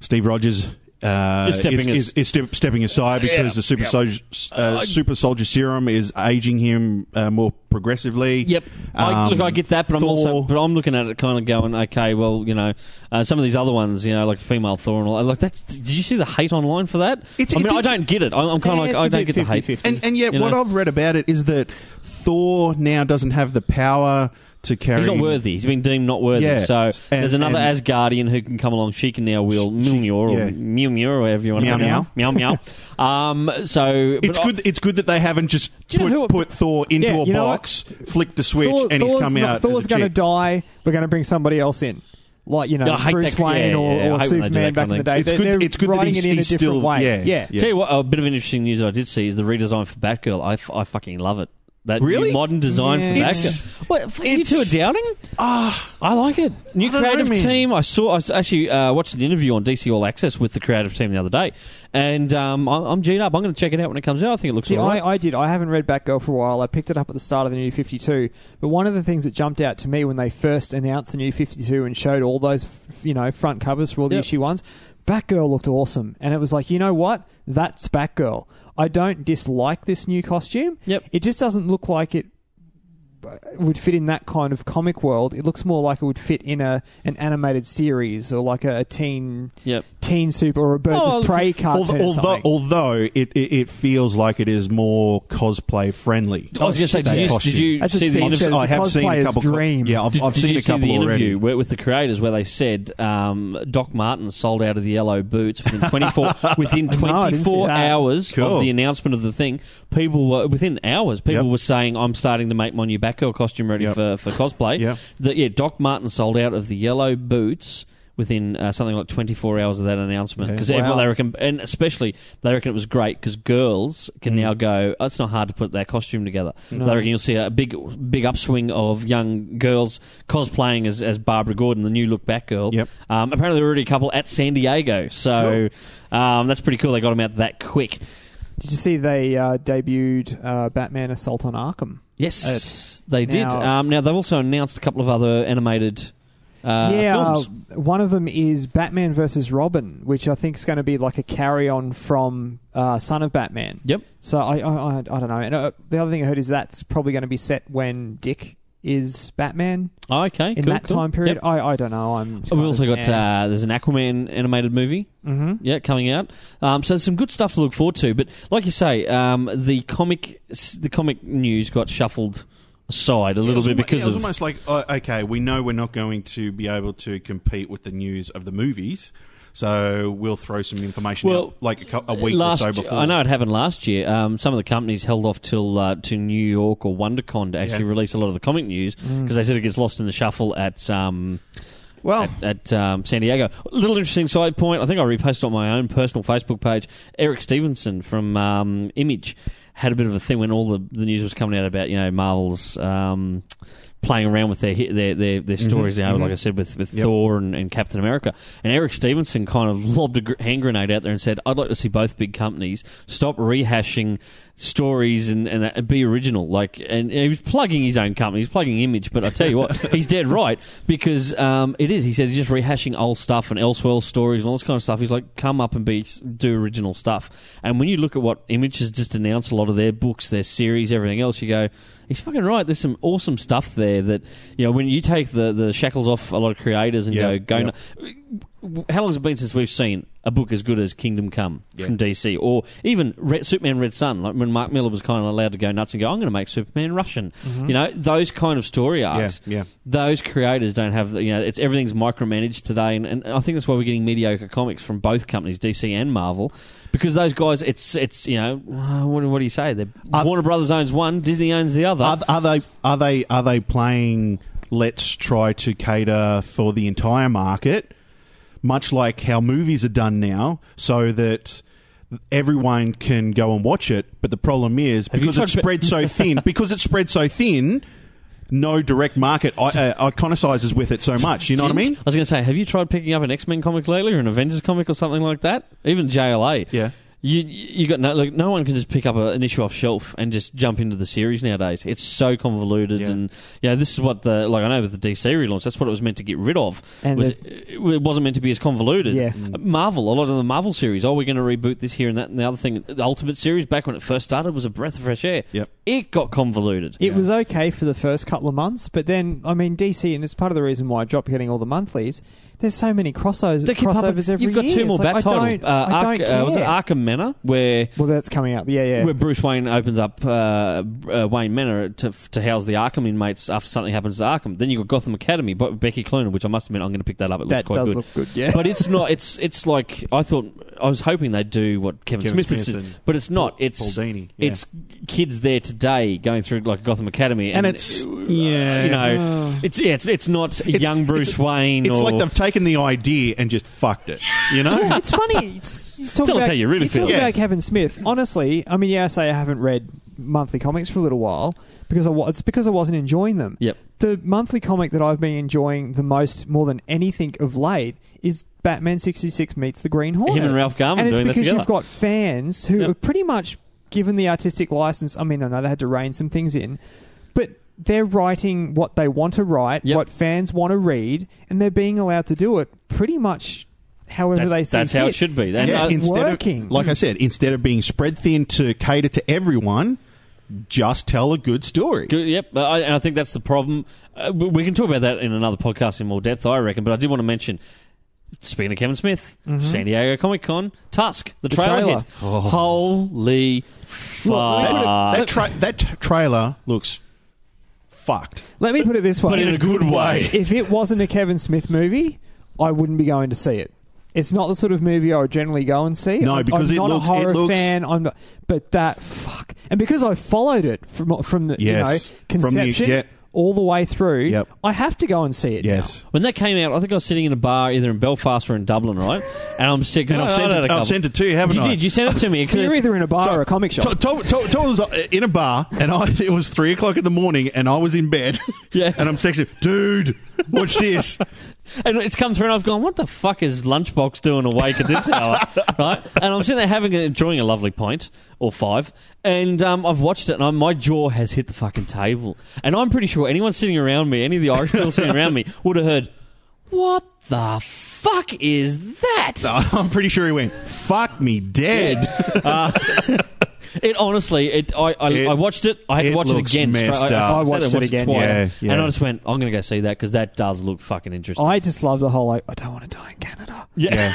S2: Steve Rogers uh,
S1: Is stepping as-
S2: is, is step, stepping aside because
S1: Yeah,
S2: the super
S1: yeah.
S2: soldier uh, super soldier serum is aging him uh, more progressively.
S1: Yep. I,
S2: Um,
S1: look, I get that, but I'm also
S2: Thor-
S1: but I'm looking at it kind of going, okay, well, you know, uh, some of these other ones, you know, like female Thor and all. uh, Like that. Did you see the hate online for that?
S2: It's-
S1: I mean,
S2: it's-
S1: I don't get it. I'm, I'm kind
S3: Yeah,
S1: of like,
S3: it's
S1: I
S3: a
S1: don't
S3: bit
S1: get the hate.
S3: 50-50.
S2: And and yet,
S1: You know?
S2: what I've read about it is that Thor now doesn't have the power to carry.
S1: He's not worthy. He's been deemed not worthy.
S2: Yeah.
S1: So
S2: And-
S1: there's another
S2: and-
S1: Asgardian who can come along. She can now wield Mjolnir or
S2: yeah.
S1: Mjolnir or whatever you want
S2: Meow
S1: to pronounce it. Meow meow. um, so
S2: It's
S1: but I-
S2: good. It's good that they haven't just
S1: Do you know
S2: put,
S1: who-
S2: put Thor into
S3: Yeah,
S2: a
S3: you know what?
S2: box, flicked the switch,
S3: Thor-
S2: and he's
S3: Thor's
S2: come
S3: not-
S2: out.
S3: Thor's
S2: as a
S3: going to
S2: chick.
S3: die. We're going to bring somebody else in, like you know
S1: Yeah, I hate
S3: Bruce
S1: that- yeah,
S3: Wayne
S1: yeah,
S3: or,
S1: yeah, I hate
S3: or
S1: when they do that
S3: Superman back
S1: kind of
S3: in the day.
S2: thing. It's
S3: they're,
S2: good-
S3: they're
S2: it's good that
S3: writing
S2: he's-
S3: it in
S2: he's
S3: a different
S2: still-
S3: way.
S2: yeah, yeah.
S1: Tell you what, a bit of interesting news that I did see is the redesign for Batgirl. I, f- I fucking love it. That new
S2: Really?
S1: modern design for
S3: Yeah.
S2: It's-
S1: Batgirl. What, f- you
S2: it's-
S1: two are doubting?
S2: Ah,
S1: I like it. New
S2: I don't know,
S1: creative
S2: man.
S1: team. I saw. I s- actually uh, watched an interview on DC All Access with the creative team the other day, and um, I- I'm G'd up. I'm going to check it out when it comes out. I think it looks
S3: See,
S1: all right.
S3: I, I did. I haven't read Batgirl for a while. I picked it up at the start of the New 52. But one of the things that jumped out to me when they first announced the New 52 and showed all those, f- you know, front covers for all the
S1: Yep.
S3: issue ones, Batgirl looked awesome. And it was like, you know what? That's Batgirl. I don't dislike this new costume.
S1: Yep.
S3: It just doesn't look like it uh, would fit in that kind of comic world. It looks more like it would fit in a an animated series or like a, a teen
S1: Yep.
S3: teen super or a Birds
S1: Oh,
S3: of Prey cartoon.
S2: although
S3: or
S2: although,
S3: something.
S2: although it, it it feels like it is more cosplay friendly.
S1: I was going to say,
S2: That
S1: did you,
S2: costume.
S1: did you
S3: That's what
S1: Oh, see the
S3: Steve
S1: interview?
S3: said.
S2: I have
S3: It's a
S2: seen a
S3: cosplayer's
S2: couple. cl-
S3: dream.
S2: Yeah, I've,
S1: Did,
S2: I've
S1: did
S2: seen
S1: you
S2: a couple
S1: see the
S2: already.
S1: interview where, with the creators where they said um, Doc Martin sold out of the yellow boots within
S2: <laughs>
S1: 24, within
S3: No, I didn't see
S1: 24
S3: that.
S1: hours
S2: Cool.
S1: of the announcement of the thing? People were within hours. People
S2: Yep.
S1: were saying, "I'm starting to make my new Batgirl costume ready
S2: Yep.
S1: for, for cosplay."
S2: Yep.
S1: That yeah, Doc Martin sold out of the yellow boots. Within uh, something like 24 hours of that announcement,
S2: Yeah.
S1: because
S3: Wow.
S1: everyone they reckon, and especially they reckon it was great because girls can
S3: Mm.
S1: now go. "Oh, it's not hard to put their costume together. So they reckon you'll see a big, big upswing of young girls cosplaying as, as Barbara Gordon, the new look Batgirl.
S2: Yep.
S1: Um, apparently, there were already a couple at San Diego, so um, that's pretty cool. They got them out that quick.
S3: Did you see they uh, debuted uh, Batman Assault on Arkham?
S1: Yes,
S3: It's-
S1: They did.
S3: Now-
S1: Um, now they've also announced a couple of other animated uh,
S3: yeah,
S1: films.
S3: uh, one of them is Batman versus Robin, which I think is going to be like a carry on from uh, Son of Batman.
S1: Yep.
S3: So I, I, I, I don't know. And, uh, the other thing I heard is that's probably going to be set when Dick is Batman
S1: Oh, okay.
S3: uh, in
S1: cool,
S3: that
S1: cool.
S3: time period.
S1: Yep.
S3: I, I don't know. I'm.
S1: We've also got uh, there's an Aquaman animated movie.
S3: hmm
S1: Yeah, coming out. Um, so there's some good stuff to look forward to. But like you say, um, the comic the comic news got shuffled aside a little
S2: It was
S1: bit
S2: almo-
S1: because
S2: yeah, it was
S1: of
S2: almost like uh, okay, we know we're not going to be able to compete with the news of the movies, so we'll throw some information
S1: Well,
S2: out like a, cou- a week
S1: last.
S2: or so before.
S1: I know it happened last year. Um, some of the companies held off till uh, to New York or WonderCon to actually
S2: Yeah. Mm.
S1: release a lot of the comic news because they said it gets lost in the shuffle at. Um,
S2: Well,
S1: at um, San Diego. Little interesting side point. I think I reposted on my own personal Facebook page. Eric Stevenson from um, Image had a bit of a thing when all the, the news was coming out about you know Marvel's um, playing around with their hi- their their, their stories now. Like I said, with with
S2: Mm-hmm. Yep.
S1: Thor and, and Captain America, and Eric Stevenson kind of lobbed a gr- hand grenade out there and said, "I'd like to see both big companies stop rehashing." Stories and, and, that, and be original, like and, and he was plugging his own company, he's plugging Image, but I tell you
S2: <laughs>
S1: what, he's dead right because um, it is. He said he's just rehashing old stuff and elsewhere stories and all this kind of stuff. He's like, come up and be do original stuff. And when you look at what Image has just announced, a lot of their books, their series, everything else, you go, he's fucking right. There's some awesome stuff there that you know when you take the the shackles off a lot of creators and
S2: Yeah,
S1: go, go.
S2: yeah.
S1: n- How long has it been since we've seen a book as good as Kingdom Come from DC, or even Red, Superman Red Sun, like when Mark Miller was kind of allowed to go nuts and go, "I'm going to make Superman Russian," you know, those kind of story
S2: Mm-hmm. yeah,
S1: arcs
S2: yeah.
S1: those creators don't have the- you know it's everything's micromanaged today and, and I think that's why we're getting mediocre comics from both companies DC and Marvel because those guys it's it's you know uh, what, what do you say They're,
S2: Uh,
S1: Warner Brothers owns one Disney owns the other
S2: Are, th- are they are they are they playing? Let's try to cater for the entire market, much like how movies are done now, so that everyone can go and watch it. But the problem is
S1: Have you
S2: because it's
S1: tried- <laughs>
S2: spread so thin. Because it's spread so thin. No direct market I, uh, iconicizes with it so much. You know what I mean?
S1: I was going to say have you tried picking up an X-Men comic lately or an Avengers comic or something like that even JLA
S2: Yeah.
S1: You you got no like no one can just pick up a, an issue off shelf and just jump into the series nowadays. It's so convoluted,
S2: Yeah.
S1: and you know this is what the like I know with the DC relaunch, that's what it was meant to get rid of.
S3: And
S1: was
S3: the-
S1: it, it wasn't meant to be as convoluted. Uh,
S3: Yeah.
S1: Marvel, a lot of the Marvel series, oh, we're going to reboot this here and that and the other thing. The Ultimate series, back when it first started, was a breath of fresh air.
S2: Yep.
S1: It got convoluted.
S3: It was okay for the first couple of months, but then I mean DC, and it's part of the reason why I dropped getting all the monthlies. There's so many crossovers,
S1: They keep up-
S3: crossovers every
S1: You've got
S3: year.
S1: two more
S3: It's like,
S1: back
S3: I
S1: titles.
S3: Don't, I
S1: Ark-
S3: don't
S1: uh, was it
S3: care.
S1: Arkham Manor, where
S3: Well, that's coming out. Yeah, yeah.
S1: where Bruce Wayne opens up uh, uh, Wayne Manor to, to house the Arkham inmates after something happens to Arkham. Then you've got Gotham Academy, but Becky Cloonan, which I must admit I'm going to pick that up. It
S3: that
S1: looks quite
S3: does
S1: good.
S3: look good. Yeah,
S1: <laughs> but it's not. It's it's like I thought. I was hoping they'd do what Kevin,
S2: Kevin
S1: Smith,
S2: Smith
S1: did,
S2: and
S1: but it's not. It's
S2: Paul Dini, yeah.
S1: it's kids there today going through like Gotham Academy, and,
S2: And it's-
S1: uh,
S2: yeah.
S1: you
S2: <sighs>
S1: know, it's yeah, it's it's not young Bruce
S2: it's-
S1: Wayne.
S2: It's
S1: or,
S2: like they've taken the idea and just fucked it. You
S3: <laughs>
S2: know? <laughs>
S3: Yeah, it's funny. It's, it's talking
S1: Tell us
S3: about,
S1: how you really
S3: you're talking
S2: feel.
S3: about Kevin Smith. Honestly, I mean, yeah, I say I haven't read monthly comics for a little while because I, wa- it's because I wasn't enjoying them.
S1: Yep.
S3: The monthly comic that I've been enjoying the most, more than anything of late, is Batman sixty six meets the Green Hornet.
S1: Him and Ralph Garman
S3: and it's
S1: doing that
S3: because
S1: together.
S3: you've got fans who
S1: Yep.
S3: are pretty much given the artistic license. I mean, I know they had to rein some things in, but. They're writing what they want to write,
S1: Yep.
S3: what fans want to read, and they're being allowed to do it pretty much however
S1: that's,
S3: they see
S1: that's how it
S3: fit.
S1: should be. And,
S3: Yeah.
S1: uh,
S3: it's working.
S2: Of, like I said, instead of being spread thin to cater to everyone, just tell a good story.
S1: Good, yep, uh, I, and I think that's the problem. Uh, we we can talk about that in another podcast in more depth, I reckon. But I did want to mention. Speaking of Kevin Smith,
S2: Mm-hmm.
S1: San Diego Comic Con, Tusk, the, trailer,
S3: trailer.
S1: hit. Holy fuck!
S2: That, that, tra- that t- trailer looks fucked.
S3: Let me put it this way.
S1: But in a good way.
S3: If it wasn't a Kevin Smith movie, I wouldn't be going to see it. It's not the sort of movie I would generally go and see.
S2: No,
S3: I'm,
S2: because
S3: I'm
S2: it
S3: not
S2: looks-
S3: a
S2: it
S3: horror
S2: looks-
S3: fan. I'm not, but that fuck, and because I followed it from from the
S2: Yes.
S3: you
S2: From
S3: know
S2: the-
S3: conception
S2: yeah.
S3: all the way through,
S2: Yep.
S3: I have to go and see it.
S2: Yes.
S1: When that came out, I think I was sitting in a bar either in Belfast or in Dublin, right? And I'm sick.
S2: And I've, sent it, I've sent it to you, haven't
S1: You
S2: I?
S1: did. You sent it to me. 'cause
S3: now. you're
S1: it's-
S3: either in a bar
S2: So-
S3: or a comic shop.
S2: Tom, Tom, Tom- Tom was uh, in <laughs> a bar, and I, it was three o'clock in the morning, and I was in bed.
S1: <laughs> Yeah.
S2: And I'm sexy, dude.
S1: <laughs>
S2: Watch this.
S1: And it's come through, and I've gone, "What the fuck is Lunchbox doing awake at this
S2: <laughs>
S1: hour?" right? And I'm sitting there having a, enjoying a lovely pint or five, and um, I've watched it, and I, my jaw has hit the fucking table. And I'm pretty sure anyone sitting around me, any of the Irish people sitting around
S2: <laughs>
S1: me, would have heard, "What the fuck is that?" <laughs>
S2: I'm pretty sure he went, fuck me dead.
S1: Uh, it honestly, it I, I,
S2: It-
S1: I watched it. I had
S2: it
S1: to watch it
S2: looks
S1: again.
S2: messed
S1: straight-
S2: up.
S1: I,
S3: I
S1: sat
S3: watched
S1: there and
S3: it again,
S1: twice,
S2: yeah. Yeah,
S1: and
S2: yeah.
S1: I just went, "I'm going to go see that because that does look fucking interesting."
S3: I just love the whole like I don't want to die in Canada.
S1: yeah.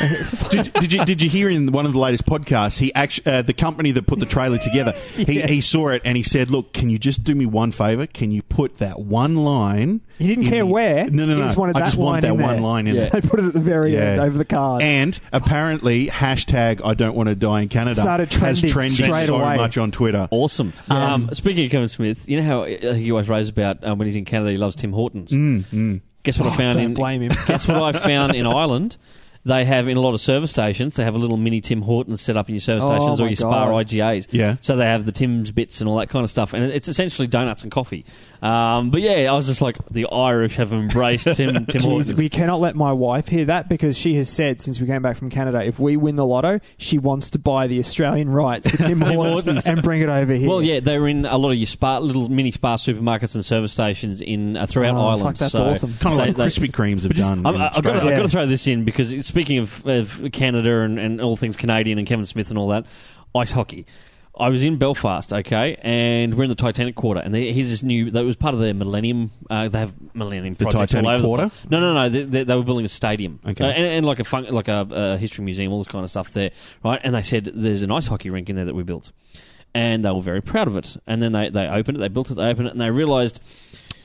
S2: did, did you did you hear in one of the latest podcasts? He actually uh, the company that put the trailer together.
S3: <laughs>
S2: He, he saw it and he said, "Look, can you just do me one favor? Can you put that one line?"
S3: He didn't
S2: in
S3: care
S2: the-
S3: where.
S2: Mm. No, no,
S3: He
S2: no.
S3: just wanted
S2: I
S3: that
S2: just want
S3: line
S2: that
S3: in
S2: one
S3: there.
S2: line in
S1: Yeah.
S2: it.
S3: <laughs> They put it at the very end
S2: Yeah.
S3: over the card.
S2: And apparently, hashtag I don't want to die in Canada
S3: Started
S2: has
S3: trending
S2: trended
S3: straight
S2: so
S3: away.
S2: much on Twitter.
S1: Awesome. Um, speaking of Kevin Smith, you know how uh, he always raves about um, when he's in Canada, he loves Tim Hortons.
S2: Mm, mm.
S1: Guess what I found
S3: Oh, don't
S1: in
S3: blame him.
S1: <laughs> Guess what I found
S3: <laughs>
S1: in Ireland? They have in a lot of service stations. They have a little mini Tim Hortons set up in your service
S3: Oh,
S1: stations or
S3: my
S1: your spa
S3: God.
S1: IGAs.
S2: Yeah.
S1: So they have the Tim's bits and all that kind of stuff, and it's essentially donuts and coffee. Um, but yeah, I was just like, the Irish have embraced
S3: <laughs>
S1: Tim Tim Hortons.
S3: Jeez, we cannot let my wife hear that because she has said since we came back from Canada, if we win the lotto, she wants to buy the Australian rights
S1: <laughs>
S3: to Tim, Hortons
S1: Hortons.
S3: and bring it over here.
S1: Well, yeah, they were in a lot of your spa, little mini spa supermarkets and service stations in uh, throughout
S3: Oh,
S1: Ireland.
S3: fuck, that's
S1: so
S3: awesome.
S2: Kind of
S1: they-
S2: like
S1: they-
S2: Krispy Kremes have done.
S1: I'm,
S2: in
S1: I've, got to,
S2: Australia.
S1: I've
S3: Yeah.
S1: got to throw this in because it- speaking of, of Canada and, and all things Canadian and Kevin Smith and all that, ice hockey. I was in Belfast, okay, and we're in the Titanic Quarter, and they, here's this new. That was part of their Millennium. Uh, they have Millennium
S2: The
S1: projects
S2: Titanic
S1: all over the
S2: Quarter?
S1: no, no, no. They, they, they were building a stadium,
S2: Okay.
S1: Uh, and, and like a fun, like a, a history museum, all this kind of stuff there, right? And they said there's an ice hockey rink in there that we built, and they were very proud of it. And then they, they opened it, they built it, they opened it, and they realised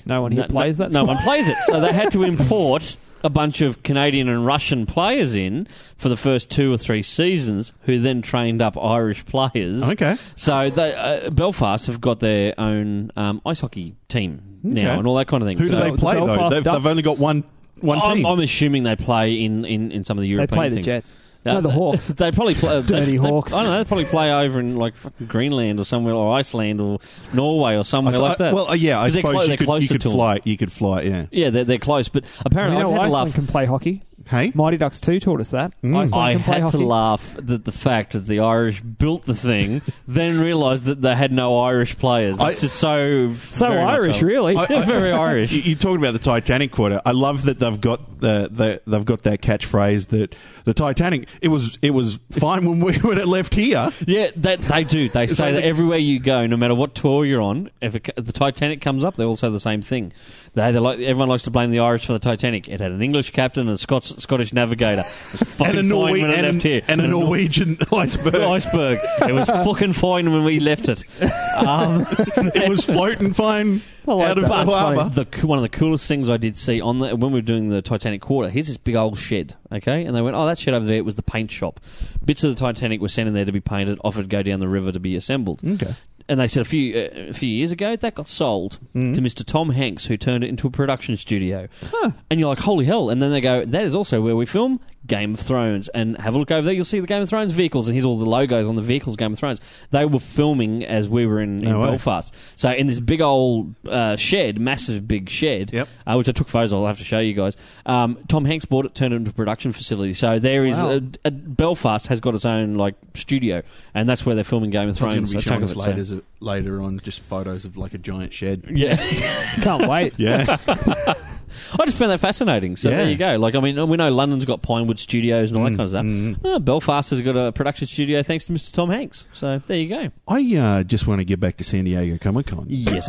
S3: no one here
S1: no,
S3: plays
S1: no-
S3: that.
S1: No one plays it, so they
S2: <laughs>
S1: had to import a bunch of Canadian and Russian players in for the first two or three seasons, who then trained up Irish players.
S2: Okay.
S1: So they, uh, Belfast have got their own um, ice hockey team now
S2: Okay.
S1: and all that kind of thing.
S2: Who do
S1: So-
S2: they play though?
S3: Belfast
S2: They've, they've
S3: Ducks.
S2: only got one one
S1: I'm,
S2: team.
S1: I'm assuming they play in, in, in some of the
S3: They
S1: European
S3: play the
S1: things.
S3: Jets.
S1: Uh,
S3: no, the Hawks.
S1: <laughs> They probably
S2: <laughs>
S1: play uh,
S3: Dirty
S1: they, they-
S3: Hawks.
S1: I don't know. They probably play over in like fucking Greenland or somewhere, or Iceland or Norway or
S2: I
S1: somewhere
S2: s-
S1: like
S2: I-
S1: that.
S2: well, uh, yeah, I
S1: 'Cause they're
S2: suppose
S1: clo-
S2: you
S1: they're
S2: could, you
S1: closer
S2: could
S1: to 'em.
S2: fly. You could fly. Yeah.
S1: Yeah, they're, they're close, but apparently
S3: you know,
S1: I had
S3: Iceland
S1: to laugh.
S3: can play hockey.
S2: Hey. Mm.
S3: Mighty Ducks 2 taught us that. Iceland
S1: I
S3: can play
S1: had
S3: hockey.
S1: to laugh at the fact that the Irish built the
S3: <laughs>
S1: thing, then realised that they had no Irish players. It's
S2: I-
S1: just so
S3: So
S1: very much
S3: Irish,
S1: a-
S3: really.
S2: I-
S1: Yeah, <laughs> very
S2: You, <laughs>
S1: Irish.
S2: you talked about the Titanic quarter. I love that they've got the, the they've got that catchphrase that the Titanic it was it was fine when we <laughs> when it left here.
S1: Yeah, that they do. They say
S2: like
S1: that
S2: the-
S1: everywhere you go, no matter what tour you're on, if it, the Titanic comes up, they all say the same thing. They, they like everyone likes to blame the Irish for the Titanic. It had an English captain and a Scots, Scottish navigator. It was fucking
S2: <laughs> And a,
S1: fine
S2: Norwe-
S1: when it
S2: and,
S1: left here.
S2: a- and a Norwegian <laughs> iceberg.
S1: iceberg. It was fucking fine when we left it. Um,
S2: It was floating fine
S3: like
S2: out of the
S3: that. That's
S2: harbour.
S1: the coo- one of the coolest things I did see on the when we were doing the Titanic quarter. Here's this big old shed, okay? And they went, oh, that shed over there it was the paint shop. Bits of the Titanic were sent in there to be painted, offered to go down the river to be assembled.
S2: Okay.
S1: And they said a few uh, a few years ago that got sold
S2: Mm.
S1: to Mr. Tom Hanks, who turned it into a production studio. And you're like, holy hell! And then they go, that is also where we film Game of Thrones. And have a look over there, you'll see the Game of Thrones vehicles, and here's all the logos on the vehicles. Game of Thrones. They were filming as we were in, in
S2: No way.
S1: Belfast. So in this big old uh, shed, massive big shed,
S2: Yep.
S1: uh, which I took photos. of, I'll have to show you guys. Um, Tom Hanks bought it, turned it into a production facility. So there is
S3: Wow.
S1: a, a- Belfast has got its own like studio, and that's where they're filming Game of
S2: It's going
S1: Thrones.
S2: to be
S1: a chunk
S2: showing
S1: of it,
S2: us
S1: so-
S2: later, later on just photos of like a giant shed.
S1: <laughs> Yeah,
S3: Can't wait.
S2: Yeah.
S1: I just found that fascinating. So there
S2: Yeah. Mm,
S1: you go. Like, I mean, we know London's got Pinewood Studios and all that kind of stuff. Oh, Belfast has got a production studio thanks to Mr. Tom Hanks. So there you go.
S2: I uh, just want to get back to San Diego Comic Con.
S1: Yes,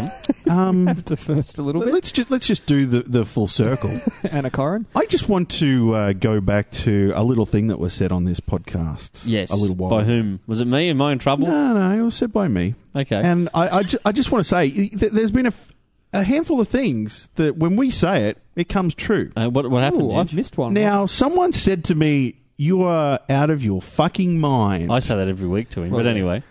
S1: I'm.
S2: Um,
S3: Have to first a little
S2: <laughs>
S3: bit.
S2: let's just let's just do the, the full circle.
S3: Anna Corrin.
S2: I just want to uh, go back to a little thing that was said on this podcast.
S1: <laughs> yes.
S2: a little while.
S1: By whom? Was it me? Am I in trouble?
S2: No, no, Um, it was said by me.
S1: Okay.
S2: And I, I, ju- I just want to say, th- there's been a, f- a handful of things that when we say it, it comes true.
S1: Uh, what what happened?
S3: Ooh, I've
S1: Ginge?
S3: missed one.
S2: Now, someone said to me, "You are out of your fucking mind."
S1: I
S2: I,
S1: say that every week to him.
S3: Well,
S1: but
S3: yeah.
S1: anyway,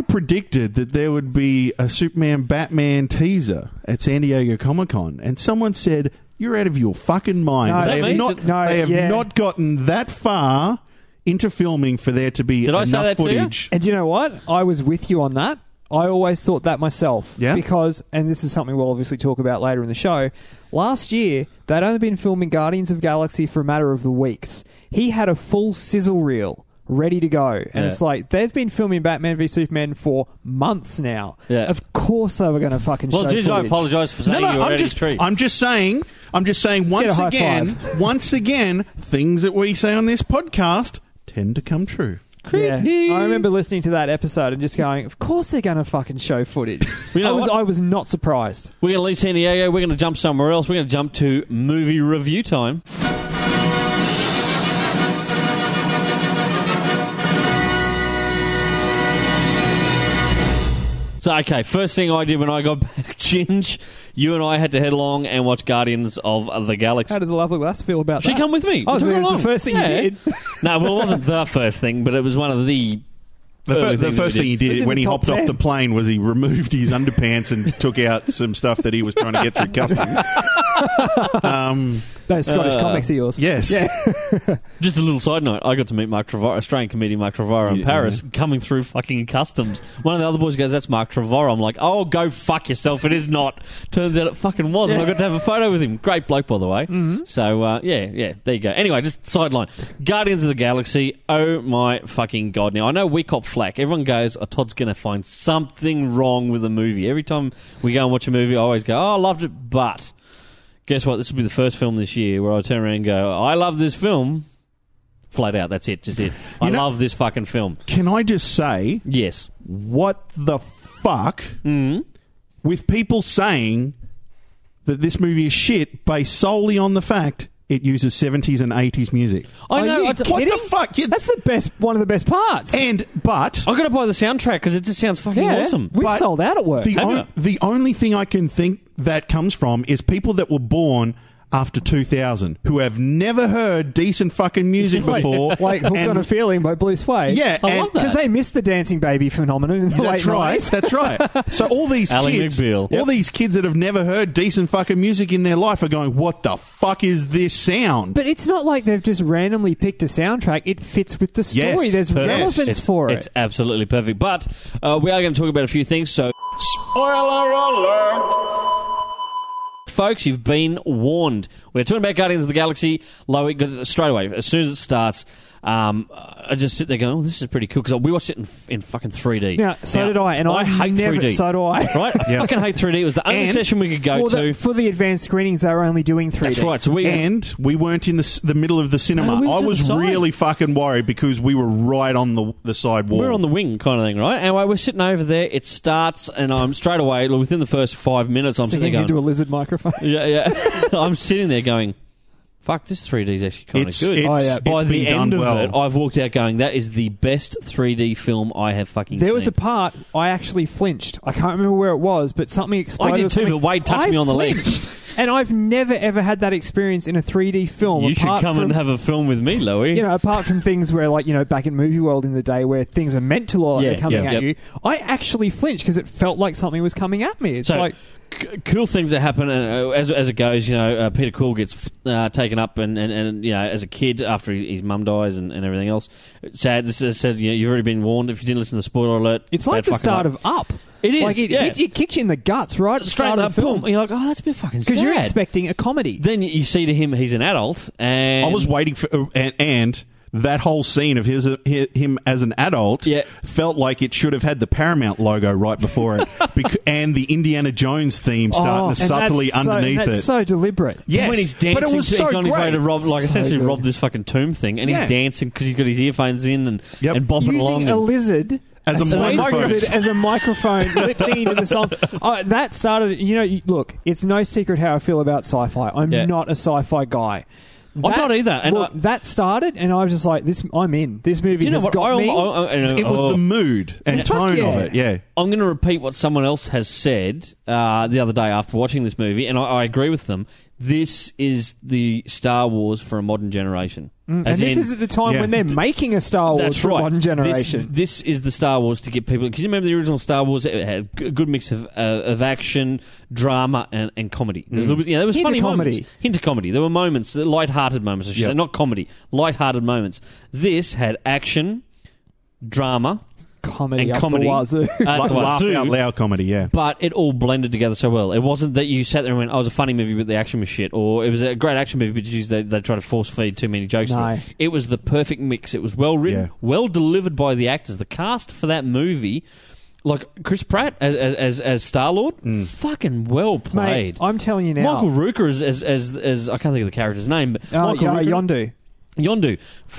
S2: predicted that there would be a Superman Batman teaser at San Diego Comic Con, and someone said, "You're out of your fucking mind."
S3: No,
S2: they
S1: that
S2: have
S1: me?
S2: not.
S1: Did-
S3: No,
S2: they have
S3: yeah.
S2: not gotten that far into filming for there to be
S1: Did I
S2: enough
S1: say that to you?
S2: footage.
S3: And you know what? I was with you on that. I always thought that myself.
S2: Yeah?
S3: Because, and this is something we'll obviously talk about later in the show. Last year, they'd only been filming Guardians of the Galaxy for a matter of the weeks. He had a full sizzle reel ready to go, and
S1: Yeah.
S3: it's like they've been filming Batman v Superman for months now.
S1: Yeah.
S3: Of course, they were going to fucking.
S1: Well,
S3: show
S1: Ginger, I
S3: footage.
S1: apologise for
S2: No,
S1: saying
S2: no,
S1: you were
S2: I'm
S1: ready
S2: just,
S1: tree.
S2: I'm just saying, I'm just saying
S3: get a
S2: once
S3: high
S2: again, <laughs> once again, things that we say on this podcast tend to come true.
S1: Creepy.
S3: I remember listening to that episode and just going, "Of course they're going to fucking show footage."
S1: <laughs> You know
S3: I was
S1: what?
S3: I was not surprised.
S1: We're going to leave San Diego. We're going to jump somewhere else. We're going to jump to movie review time. So, okay, first thing I did when I got <laughs> back, Ginge, you and I had to head along and watch Guardians of the Galaxy.
S3: How did the lovely lass feel about
S1: She
S3: that?
S1: come with me.
S3: Oh,
S1: We
S3: so
S1: took her
S3: it was the
S1: along.
S3: first thing you did?
S1: <laughs> no, well, it wasn't the first thing, but it was one of the.
S2: The,
S1: Early
S2: fir- the
S1: thing that
S2: first
S1: we
S2: thing he
S3: It was
S2: did
S3: in
S2: when
S3: the
S2: he
S3: top
S2: hopped
S3: 10.
S2: off the plane was he removed his underpants and took out some stuff that he was trying to get
S1: <laughs>
S2: through customs. um,
S3: Those Scottish
S1: Uh,
S3: comics of yours.
S2: yes.
S3: Yeah.
S1: Just a little side note, I got to meet Mark Trevorrow, Australian comedian Mark Trevorrow in
S2: Yeah.
S1: Paris, coming through fucking customs. One of the other boys goes, That's Mark Trevorrow. I'm like, Oh, go fuck yourself. It is not. Turns out it fucking was. And I got to have a photo with him. Great bloke, by the way. So, uh, yeah, yeah, there you go. Anyway, just sideline Guardians of the Galaxy. Oh my fucking god. Now, I know we cop flack. Everyone goes, Oh, Todd's going to find something wrong with the movie. Every time we go and watch a movie, I always go, Oh, I loved it, but. Guess what? This will be the first film this year where I turn around and go, I love this film, flat out. That's it. Just it. I
S2: You know-
S1: love this fucking film.
S2: Can I just say
S1: Yes.
S2: what the fuck
S3: Mm.
S2: with people saying that this movie is shit based solely on the fact it uses 70s and 80s music?
S1: I
S3: Are
S1: know.
S3: you
S1: I t-
S3: kidding?
S1: what?
S2: What the fuck? You-
S3: That's the best. One of the best parts.
S2: and, but.
S1: I'm going to buy the soundtrack because it just sounds fucking
S3: yeah,
S1: awesome.
S3: We've
S2: But
S3: sold out at work.
S2: The,
S1: Have
S2: on-
S1: ya?
S2: the only thing I can think that comes from is people that were born after 2000 who have never heard decent fucking music before.
S3: like hooked
S2: and-
S3: on a feeling by Blue Sway.
S2: Yeah,
S1: I
S2: and-
S1: love that.
S3: because they missed the dancing baby phenomenon in the
S2: That's
S3: late
S2: right.
S3: 90s.
S2: That's right. So all these
S1: Ally
S2: kids,
S1: McBeal.
S2: all these kids that have never heard decent fucking music in their life are going, "What the fuck is this sound?"
S3: But it's not like they've just randomly picked a soundtrack. It fits with the story.
S2: Yes.
S3: There's
S2: Perfect.
S3: relevance
S2: Yes.
S1: It's,
S3: for it.
S1: it's absolutely perfect. But uh, we are going to talk about a few things. So,
S4: Spoiler alert!
S1: folks, you've been warned. We're talking about Guardians of the Galaxy. Lowy, 'cause straight away, as soon as it starts, um, I just sit there going, oh, this is pretty cool because we watched it in, in fucking 3D.
S3: Now, so did I, and I
S1: hate
S3: never-
S1: 3D.
S3: so do I.
S1: Right? I
S2: Yeah.
S1: fucking hate 3D. It was the only
S2: And-
S1: session we could go
S3: Well,
S1: to.
S3: the- for the advanced screenings, they were only doing 3D.
S1: That's right. So we
S2: and we weren't in the, s- the middle of the cinema.
S1: No, we were
S2: I
S1: to the
S2: was
S1: side.
S2: really fucking worried because we were right on the the side wall.
S1: We're on the wing kind of thing, right? Anyway, we're sitting over there. It starts, and I'm straight away like, within the first five minutes. I'm sitting
S3: Singing
S1: there
S3: into a
S1: going, <laughs>
S3: lizard microphone.
S1: yeah, yeah. <laughs> I'm sitting there going, fuck, this 3D is actually kind of
S2: it's,
S1: good.
S2: it's,
S3: Oh, yeah.
S2: it's
S1: By the
S2: been done
S1: end of
S2: well.
S1: it, I've walked out going, that is the best 3D film I have fucking
S3: There
S1: seen.
S3: was a part I actually flinched. I can't remember where it was, but something exploded.
S1: I did
S3: or
S1: too,
S3: something.
S1: but Wade touched
S3: I
S1: me on the leg.
S3: flinched. And I've never ever had that experience in a 3D film.
S1: you should
S3: apart
S1: come
S3: from,
S1: and have a film with me, Loey.
S3: You know, apart from things where, like, you know, back in movie world in the day where things are meant to look like
S1: Yeah,
S3: they're coming
S1: yeah.
S3: at
S1: Yep.
S3: you, I actually flinched because it felt like something was coming at me. It's
S1: so,
S3: like,
S1: c- cool things that happen and, uh, as as it goes. You know, uh, Peter Quill gets uh, taken up and, and, and you know as a kid after he, his mum dies and, and everything else. Sad this is said. You know, you've already been warned. If you didn't listen to the spoiler alert,
S3: it's
S1: bad
S3: like the
S1: fucking
S3: start
S1: luck.
S3: of Up.
S1: It is,
S3: Like, it,
S1: yeah.
S3: it, it kicks you in the guts right at the
S1: straight
S3: start
S1: up
S3: of the film.
S1: boom. And You're like, oh, that's a bit fucking sad.
S3: Because you're expecting a comedy.
S1: then you see to him, he's an adult, and
S2: I was waiting for uh, and, and that whole scene of his, uh, hi him as an adult
S1: Yeah.
S2: felt like it should have had the Paramount logo right
S1: <laughs>
S2: before it, bec- and the Indiana Jones theme
S1: Oh,
S2: starting to
S3: and that's
S2: subtly
S3: so- and
S2: underneath
S3: that's
S2: it.
S3: so deliberate.
S2: yes,
S1: when he's dancing,
S2: but it was
S1: to,
S2: so
S1: he's on his way
S2: great.
S1: to rob, like
S3: So
S1: essentially
S3: good.
S1: rob this fucking tomb thing, and
S2: Yeah.
S1: he's dancing because he's got his earphones in and
S2: Yep.
S1: and bopping along.
S3: using a
S1: and-
S3: lizard
S2: As a microphone.
S3: lizard as
S1: <laughs>
S3: a microphone, lip syncing to the song. Uh, that started. You know, you, look, it's no secret how I feel about sci-fi. I'm
S1: Yeah.
S3: not a sci-fi guy.
S1: I'm not either, and
S3: look,
S1: I-
S3: that started, and I was just like, "This, I'm in. This movie
S1: do you know
S3: has
S1: what?
S3: got
S1: I,
S3: me."
S1: I, I, I know-
S2: It was
S1: oh.
S2: the mood and
S3: Fuck
S2: tone
S3: yeah.
S2: of it. Yeah,
S1: I'm going to repeat what someone else has said uh, the other day after watching this movie, and I, I agree with them. This is the Star Wars for a modern generation.
S3: Mm, and
S1: As
S3: this
S1: in-
S3: is at the time
S2: Yeah.
S3: when they're making a Star Wars
S1: that's
S3: for
S1: right.
S3: modern
S1: This-
S3: generation.
S1: This, is the Star Wars to get people. Because you remember the original Star Wars, it had a good mix of, uh, of action, drama, and, and comedy. There's a little bit, yeah, there was
S3: Mm. Hint of
S1: funny
S3: comedy.
S1: moments. Hint of comedy. There were moments, uh, light-hearted moments, I should
S2: Yep.
S3: <laughs>
S1: say, not comedy, light-hearted moments. This had action, drama,
S3: comedy
S1: And
S3: up
S1: comedy.
S3: the wazoo.
S1: Uh,
S2: La-
S1: the
S2: laugh
S1: wazoo.
S2: out loud comedy, yeah.
S1: but it all blended together so well. It wasn't that you sat there and went, "Oh, it was a funny movie, but the action was shit," or "It was a great action movie, but geez, they they tried to force feed too many jokes." in
S3: No.
S1: It. it was the perfect mix. It was well written,
S2: Yeah.
S1: well delivered by the actors. The cast for that movie, like Chris Pratt as as as, as Star Lord, fucking well played.
S3: <laughs> Mm. Mate, I'm telling you now.
S1: Michael Rooker as, as as as I can't think of the character's name, but
S3: uh,
S1: Michael
S3: yeah,
S1: Rooker,
S3: Yondu.
S1: Yondu,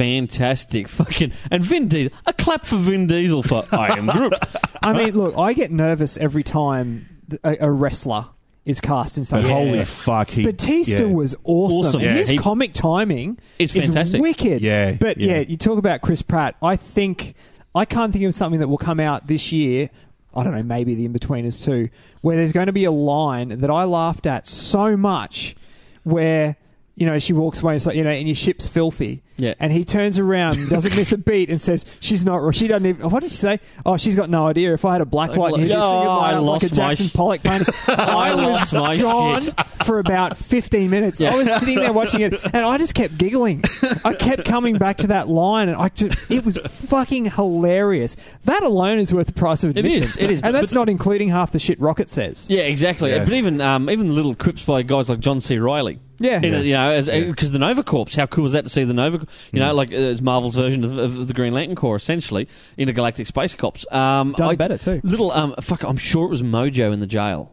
S1: fantastic, fucking, and Vin Diesel. A clap for Vin Diesel for I am
S3: <laughs>
S1: Groot.
S3: I mean, look, I get nervous every time th- a, a wrestler is cast in
S2: But
S3: something.
S2: holy fuck, he
S3: Batista
S2: yeah.
S3: was awesome.
S1: Awesome.
S2: Yeah.
S3: His
S1: He-
S3: comic timing
S1: It's
S3: is
S1: fantastic.
S3: wicked.
S2: Yeah,
S3: But
S2: yeah.
S3: yeah. you talk about Chris Pratt. I think I can't think of something that will come out this year. I don't know, maybe the Inbetweeners too, where there's going to be a line that I laughed at so much, where you know she walks away and it's like you know, and your ship's filthy.
S1: Yeah.
S3: And he turns around, doesn't miss a beat, and says, "She's not. wrong. She doesn't even. What did she say? Oh, she's got no idea. If I had a black light,
S1: Like,
S3: like,
S1: oh, I
S3: like a
S1: lost my
S3: Jackson
S1: sh-
S3: Pollock painting.
S1: <laughs> I
S3: was
S1: lost my
S3: gone
S1: shit.
S3: for about 15 minutes.
S1: Yeah.
S3: I was sitting there watching it and I just kept giggling. I kept coming back to that line and I just, it was fucking hilarious. That alone is worth the price of admission.
S1: is, it is,
S3: And
S1: but-
S3: that's not including half the shit Rocket says.
S1: Yeah, exactly.
S2: Yeah.
S1: But even um, even little clips by guys like John C. Riley.
S3: Yeah.
S1: In it, you know, because
S2: Yeah. Mm.
S1: the Nova Corps. How cool was that to see the Nova? You know, like uh, it's Marvel's version of, of the Green Lantern Corps, essentially intergalactic space cops. Um,
S3: Done better, too.
S1: Little um, fuck. I'm sure it was Mojo in the jail.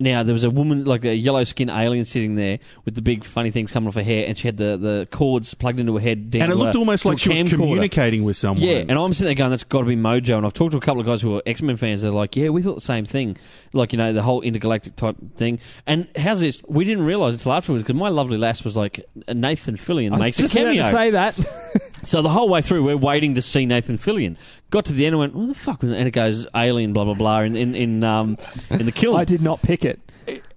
S1: Now there was a woman, like a yellow skinned alien, sitting there with the big funny things coming off her hair, and she had the, the cords plugged into her head. Down
S2: And it
S1: to
S2: looked
S1: a-
S2: almost
S1: to a
S2: like she was
S1: camcorder.
S2: communicating with someone.
S1: Yeah, and I'm sitting there going, "That's got to be Mojo." And I've talked to a couple of guys who are X Men fans. They're like, "Yeah, we thought the same thing." Like you know, the whole intergalactic type thing. And how's this? We didn't realize until afterwards because my lovely lass was like, "Nathan Fillion
S3: I was
S1: makes a
S3: just about
S1: cameo."
S3: to say that.
S1: so the whole way through, we're waiting to see Nathan Fillion. Got to the end and went, "What the fuck?" was it?" And it goes, "Alien," blah blah blah, in in in, um,
S3: <laughs>
S1: in the kiln.
S3: I did not pick it.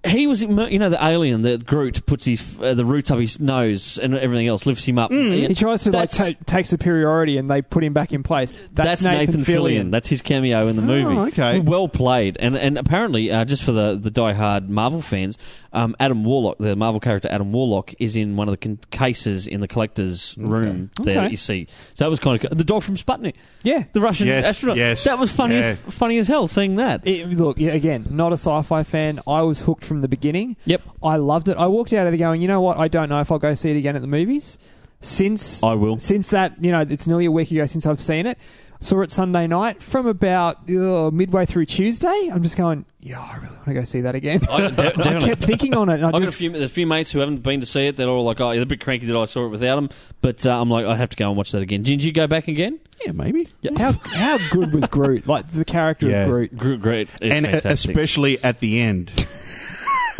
S1: He was, immer- you know, the alien that Groot puts his uh, the roots up his nose and everything else lifts him up. Yeah.
S3: Mm, He tries to like
S1: That's-
S3: ta- take superiority and they put him back in place. That's,
S1: That's, Nathan, Fillion. That's his cameo in the movie.
S2: okay.
S1: well played. And and apparently, uh, just for the the diehard Marvel fans, um, Adam Warlock, the Marvel character Adam Warlock, is in one of the con- cases in the collector's room there
S3: Okay.
S1: that you see. So that was kind of co- the dog from Sputnik,
S3: Yeah.
S1: the Russian
S2: Yes,
S1: astronaut.
S2: yes,
S1: that was funny,
S2: yeah.
S1: as- funny as hell. Seeing that,
S3: It, look, yeah, again, not a sci-fi fan. I was hooked from the beginning.
S1: Yep.
S3: I loved it. I walked out of there going, you know what? I don't know if I'll go see it again at the movies. Since
S1: I will.
S3: Since that, you know, it's nearly a week ago since I've seen it. Saw it Sunday night. From about uh, midway through Tuesday, I'm just going, yeah, I really want to go see that again. <laughs>
S1: I, de- definitely.
S3: I kept thinking on it. And
S1: <laughs>
S3: I
S1: I've got a
S3: just,
S1: few, there's a few mates who haven't been to see it. They're all like, "Oh, they're a bit cranky that I saw it without them." But uh, I'm like, I have to go and watch that again. Did you go back again?
S2: yeah, maybe.
S3: <laughs> how how good was Groot? Like the character
S2: Yeah.
S3: of Groot.
S1: Groot, great, It's
S2: and uh,
S1: fantastic.
S2: especially at the
S1: <laughs>
S2: end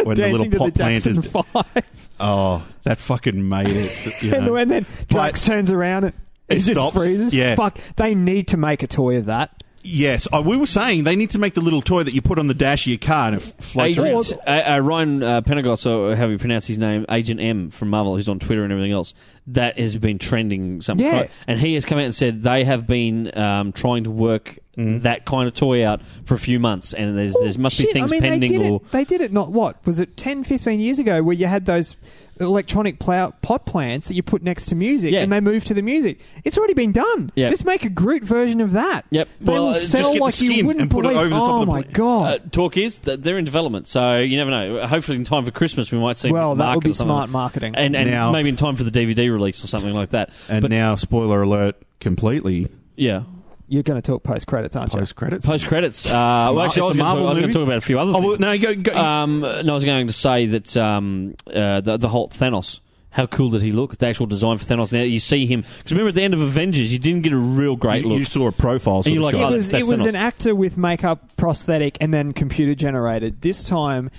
S2: when the little
S3: Dancing to the
S2: pot plant
S3: Jackson
S2: is
S3: <laughs> Five,
S2: oh that fucking
S1: <laughs>
S2: made it you know.
S3: and then Drax turns around and
S2: It
S3: it, just
S2: stops.
S3: freezes.
S2: Yeah.
S3: Fuck, they need to make a toy of that.
S2: yes oh, we were saying they need to make the little toy that you put on the dash of your car and it f- floats around
S1: Agent, uh, uh, Ryan uh, Pentegost, or however you pronounce his name, Agent M from Marvel, who's on Twitter and everything else, that has been trending something.
S3: Yeah.
S1: right? And he has come out and said they have been um, trying to work that kind of toy out for a few months, and there's
S3: Oh,
S1: there's must be
S3: Mm. shit,
S1: things
S3: I mean,
S1: pending.
S3: They did,
S1: or
S3: it, they did it not what was it 10, 15 years ago where you had those electronic plow, pot plants that you put next to music
S1: Yeah.
S3: and they moved to the music. It's already been done.
S1: Yeah.
S3: Just make a Groot version of that.
S1: Yep.
S3: They
S1: Well,
S3: will
S1: uh, just
S3: sell
S2: get the
S3: like you
S2: skin
S3: wouldn't
S2: and put it
S3: believe.
S2: over the top
S3: oh
S2: of the
S3: my
S2: pla-
S3: god.
S1: uh, talk is that they're in development, so you never know. Hopefully, in time for Christmas, we might see.
S3: well, that
S1: Mark
S3: would be
S1: or something.
S3: smart marketing.
S1: and and
S2: Now-
S1: maybe in time for the DVD release or something like that.
S2: and
S1: but
S2: now spoiler alert completely
S1: yeah,
S3: You're going to talk post credits, aren't you?
S2: post credits
S1: post credits. Uh, well, actually, I was
S2: it's a
S1: gonna talk-
S2: Marvel
S1: I was going
S2: movie?
S1: to talk about a few other.
S2: oh
S1: things.
S2: well, no go,
S1: <coughs>
S2: go
S1: Um, no, I was going to say that um, uh, the, the whole Thanos. How cool did he look? The actual design for Thanos. Now you see him because remember at the end of Avengers, you didn't get a real great
S2: you,
S1: look.
S2: you saw a profile sort
S1: you're
S2: of
S1: like,
S2: shot.
S1: oh,
S3: it was,
S1: that's
S3: it was
S1: Thanos.
S3: an actor with makeup, prosthetic, and then computer generated. This time,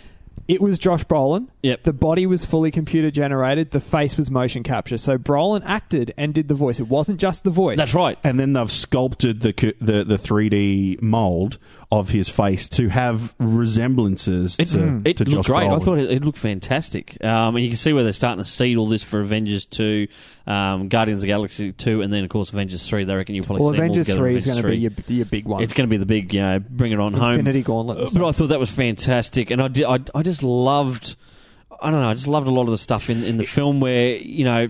S3: it was Josh Brolin.
S1: Yep.
S3: The body was fully computer generated. The face was motion capture. So Brolin acted and did the voice. It wasn't just the voice.
S1: That's right.
S2: and then they've sculpted the cu- the the 3D mold of his face to have resemblances
S1: It,
S3: Mm.
S2: to,
S1: it
S2: to
S1: looked
S2: Josh
S1: great. I
S2: Brolin.
S1: thought it, it looked fantastic. Um, and you can see where they're starting to seed all this for Avengers two, um, Guardians of the Galaxy two, and then of course Avengers three. They reckon you'll probably
S3: Well,
S1: see them all
S3: Avengers
S1: together in
S3: Three is going to
S1: Avengers
S3: be
S1: 3.
S3: your, your big one.
S1: It's going to be the big, you know, bring it on home.
S3: Infinity Gauntlet. and
S1: Uh,
S3: stuff.
S1: But I thought that was fantastic, and I did. I, I just loved. I don't know. I just loved a lot of the stuff in, in the film where you know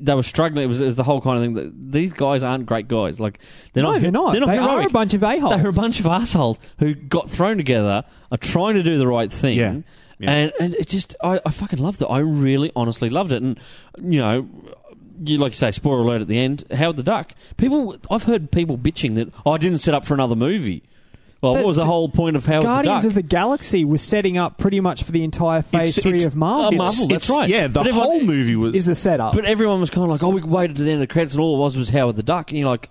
S1: they were struggling. It was, it was the whole kind of thing that these guys aren't great guys. Like they're
S3: No,
S1: not.
S3: they're not.
S1: They're not
S3: They
S1: heroic.
S3: are a bunch of a-holes.
S1: They're a bunch of assholes who got thrown together, are trying to do the right thing.
S2: Yeah. Yeah.
S1: And and it just I, I fucking loved it. I really honestly loved it. And you know, you like you say, spoiler alert at the end. Howard the Duck. People, I've heard people bitching that oh, I didn't set up for another movie. Well,
S3: The-
S1: what was the whole point of Howard
S3: Guardians
S1: the Duck?
S3: of the Galaxy was setting up pretty much for the entire phase
S2: It's-
S3: three
S2: it's-
S3: of Marvel.
S1: Uh, Marvel,
S2: It's-
S1: that's right.
S2: Yeah, the
S1: But everyone-
S2: whole movie was.
S3: is a setup.
S1: But everyone was kind of like, oh, we waited to the end of the credits, and all it was was Howard the Duck. And you're like,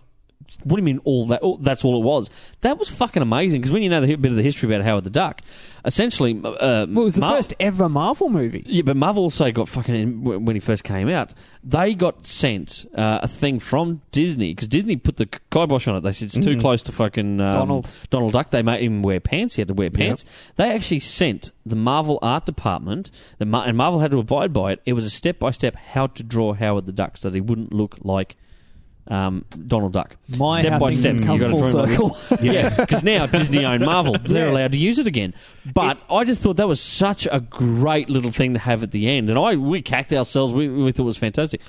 S1: what do you mean all that? Oh, that's all it was. That was fucking amazing because when you know the hi- bit of the history about Howard the Duck, essentially, uh,
S3: well, it was the
S1: Mar-
S3: first ever Marvel movie.
S1: Yeah, but Marvel also got fucking when he first came out. They got sent uh, a thing from Disney because Disney put the kibosh on it. They said it's too close to fucking um,
S3: Donald.
S1: Donald Duck. They made him wear pants. He had to wear pants. They actually sent the Marvel art department, the Mar- and Marvel had to abide by it. It was a step by step how to draw Howard the Duck so that he wouldn't look like. Um, Donald Duck.
S3: My
S1: step
S3: how
S1: by
S3: things
S1: step,
S3: have
S1: you
S3: come
S1: got to
S3: full
S1: draw him like
S3: circle.
S1: this. Yeah,
S3: <laughs>
S1: because now Disney own Marvel. They're
S3: Yeah.
S1: allowed to use it again. But I just thought that was such a great little thing to have at the end. And I we cacked ourselves. We, we thought it was fantastic.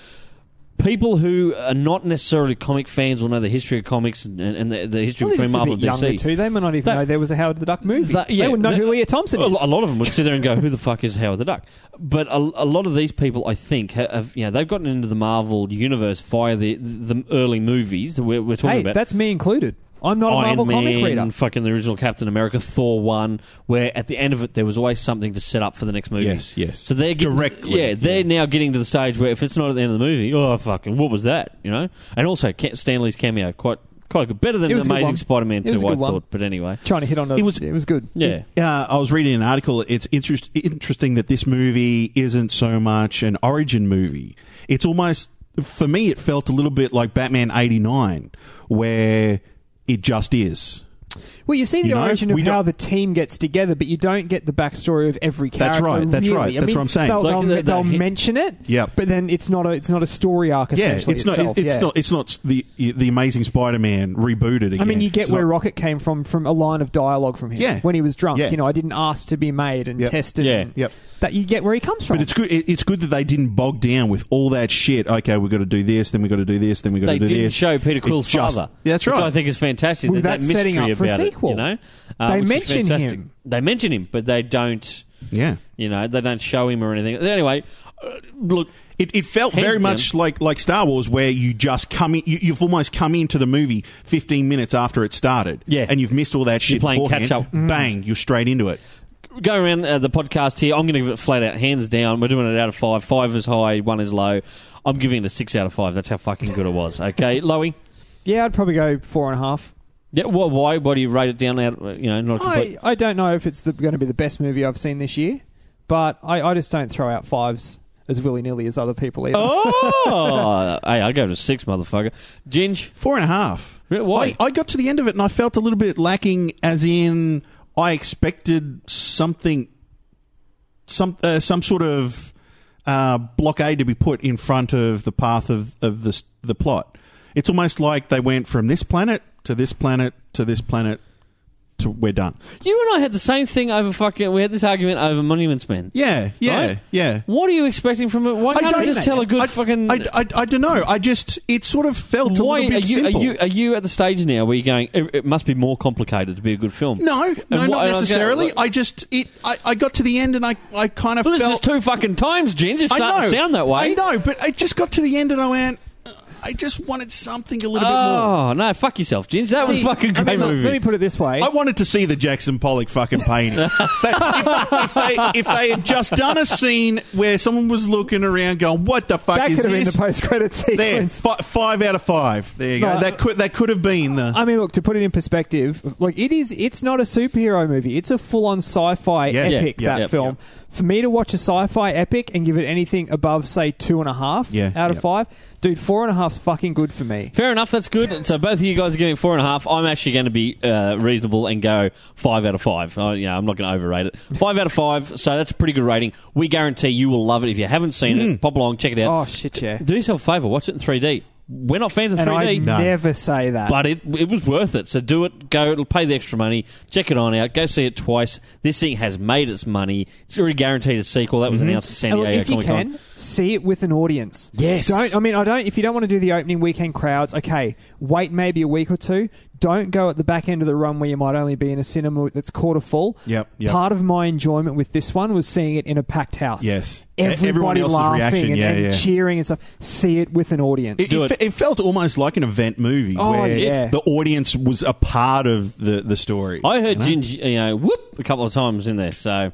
S1: People who are not necessarily comic fans will know the history of comics and, and, and the, the history
S3: Well, they're
S1: between
S3: just a
S1: Marvel and
S3: bit younger
S1: DC.
S3: too. They might not even
S1: That-
S3: know there was a Howard the Duck movie.
S1: That- yeah.
S3: they would know who Leah Thompson
S1: A
S3: is.
S1: lo- a lot of them would sit there and go, "Who the fuck is Howard the Duck?" But a, a lot of these people, I think, ha- have you know they've gotten into the Marvel universe via the the early movies that we're, we're talking
S3: hey,
S1: about.
S3: that's me included. I'm not a
S1: Iron
S3: Marvel comic
S1: Man,
S3: reader.
S1: fucking the original Captain America, Thor one, where at the end of it there was always something to set up for the next movie.
S2: Yes, yes.
S1: So they're getting,
S2: Directly.
S1: yeah, they're now getting to the stage where if it's not at the end of the movie, oh fucking, what was that? You know, and also Ca- Stanley's cameo, quite quite good, better than
S3: It was a good
S1: Amazing
S3: one.
S1: Spider-Man
S3: It was
S1: two,
S3: a
S1: I
S3: good one.
S1: thought. But anyway,
S3: Trying to hit on a,
S2: It was-
S3: it was good.
S1: yeah.
S2: Uh, I was reading an article. It's interest- interesting that this movie isn't so much an origin movie. It's almost, for me, it felt a little bit like Batman 89, where it just is.
S3: Well, you see the
S2: You know,
S3: origin of
S2: we
S3: how
S2: don't-
S3: the team gets together, but you don't get the backstory of every
S2: That's
S3: character.
S2: right, that's
S3: really.
S2: right,
S3: I
S2: that's
S3: mean,
S2: what I'm saying.
S3: They'll,
S1: Like
S3: they'll,
S1: the- the
S3: they'll
S1: hit-
S3: mention it,
S2: Yep.
S3: but then it's not a it's not a story arc.
S2: Yeah,
S3: Essentially
S2: it's not.
S3: itself.
S2: it- it's
S3: yeah.
S2: not. It's not s- the the Amazing Spider-Man rebooted again.
S3: I mean, you get
S2: It's
S3: where
S2: not-
S3: Rocket came from from a line of dialogue from him.
S2: Yeah.
S3: When he was drunk,
S2: Yeah.
S3: you know, I didn't ask to be made and
S2: Yep.
S3: tested.
S1: Yeah.
S3: and-
S2: Yep.
S3: That you get where he comes from.
S2: But it's good. it- It's good that they didn't bog down with all that shit. Okay, we've got to do this, then we've got to do this, then we've got
S1: They
S2: to do
S1: didn't
S2: this.
S1: show Peter
S2: It
S1: Quill's
S2: just-
S1: father.
S2: Yeah, that's
S1: which
S2: right.
S1: I think is fantastic.
S3: Well,
S1: There's
S3: that's
S1: that mystery
S3: setting up for a
S1: about
S3: sequel.
S1: It, you know, Uh,
S3: They
S1: which is
S3: mention
S1: fantastic.
S3: him.
S1: They mention him, but they don't.
S2: yeah.
S1: You know, they don't show him or anything. Anyway, uh, look,
S2: It, it felt
S1: Hands
S2: very
S1: down.
S2: much like, like Star Wars, where you just come in, you, you've almost come into the movie 15 minutes after it started.
S1: Yeah.
S2: And you've missed all that shit.
S1: playing
S2: beforehand.
S1: catch-up.
S2: Bang, you're straight into it.
S1: go around uh, the podcast here. I'm going to give it flat out, hands down. We're doing it out of five. Five is high, one is low. I'm giving it a six out of five. That's how fucking good it was.
S3: <laughs>
S1: Okay, Lowy.
S3: yeah, I'd probably go four and a half.
S1: Yeah, wh- why? Why do you rate it down? Out, uh, you know, not a complete.
S3: I, I don't know if it's going to be the best movie I've seen this year, but I, I just don't throw out fives as willy nilly as other people <laughs> either.
S1: oh, <laughs> hey, I go to six, motherfucker. Ginge,
S2: Four and a half.
S1: Really? Why?
S2: I, I got to the end of it and I felt a little bit lacking, as in, I expected something, some, uh, some sort of uh, blockade to be put in front of the path of, of the, s- the plot. It's almost like they went from this planet to this planet to this planet to we're done.
S1: you and I had the same thing over fucking. We had this argument over Monuments Men.
S2: Yeah, yeah,
S1: Right?
S2: yeah.
S1: What are you expecting from it? Why can't I,
S2: don't-
S1: just tell a good
S2: I,
S1: fucking?
S2: I, I, don't know. I just it sort of felt a
S1: why
S2: little
S1: are
S2: bit
S1: you, are
S2: simple.
S1: you are you at the stage now where you're going? It, it must be more complicated to be a good film.
S2: no, no,
S1: And wh- and
S2: not
S1: I was going,
S2: necessarily.
S1: like,
S2: I just it. I, I got to the end and I I kind of
S1: Well, this
S2: felt.
S1: is two fucking times, Ginge. It's
S2: I
S1: starting
S2: know,
S1: to sound that way.
S2: I know, but I just got to the end and I went. uh, I just wanted something a little bit more.
S1: Oh no! Fuck yourself, Ginge. That was
S3: See,
S1: fucking
S3: I
S1: great
S3: mean, look,
S1: movie.
S3: Let me put it this way.
S2: I wanted to see the Jackson Pollock
S1: <laughs>
S2: fucking painting. That- if, if they, if they had just done a scene where someone was looking around, going, "What the fuck
S3: that
S2: is
S3: could have been
S2: this?"
S3: the post <laughs> credit
S2: there,
S3: sequence.
S2: fi- five out of five. There you go.
S3: No,
S2: that could that could have been the.
S3: I mean, look to put it in perspective, like it is. It's not a superhero movie. It's a full-on sci-fi
S2: Yeah, yeah,
S3: epic.
S2: yeah,
S3: that
S2: yeah,
S3: film. For me to watch a sci-fi epic and give it anything above, say, two and a half
S2: Yeah,
S3: out of
S2: yeah.
S3: five, dude, four and a half's fucking good for me.
S1: Fair enough. That's good. So both of you guys are giving four and a half. I'm actually going to be uh, reasonable and go five out of five. Uh, yeah, I'm not going to overrate
S3: <laughs>
S1: it. Five out of five. So that's a pretty good rating. We guarantee you will love it if you haven't seen it. Pop along, check it out.
S3: Mm. Oh shit, yeah.
S1: Do yourself a favour. Watch it in 3D. we're not fans of
S3: And I
S1: 3D.
S2: No.
S3: never say that.
S1: But it it was worth it. So do it. Go. It'll pay the extra money. Check it on out. Go see it twice. This thing has made its money. It's already guaranteed a sequel. That was announced at San
S3: Mm-hmm. And
S1: Diego
S3: look, if you
S1: Comic Con.
S3: can, see it with an audience.
S1: Yes.
S3: Don't. I mean, I don't. If you don't want to do the opening weekend crowds, okay, wait maybe a week or two. Don't go at the back end of the run where you might only be in a cinema that's quarter full.
S2: Yep, yep.
S3: Part of my enjoyment with this one was seeing it in a packed house.
S2: Yes. E-
S3: Everybody
S2: everyone else's
S3: laughing
S2: reaction,
S3: and,
S2: yeah,
S3: and
S2: yeah.
S3: cheering and stuff. See it with an audience.
S2: It,
S1: Do
S2: it,
S1: it.
S2: fe- it felt almost like an event movie
S3: Oh,
S2: where
S3: yeah.
S2: the audience was a part of the, the story.
S1: I heard Gingy, you know, whoop a couple of times in there. So,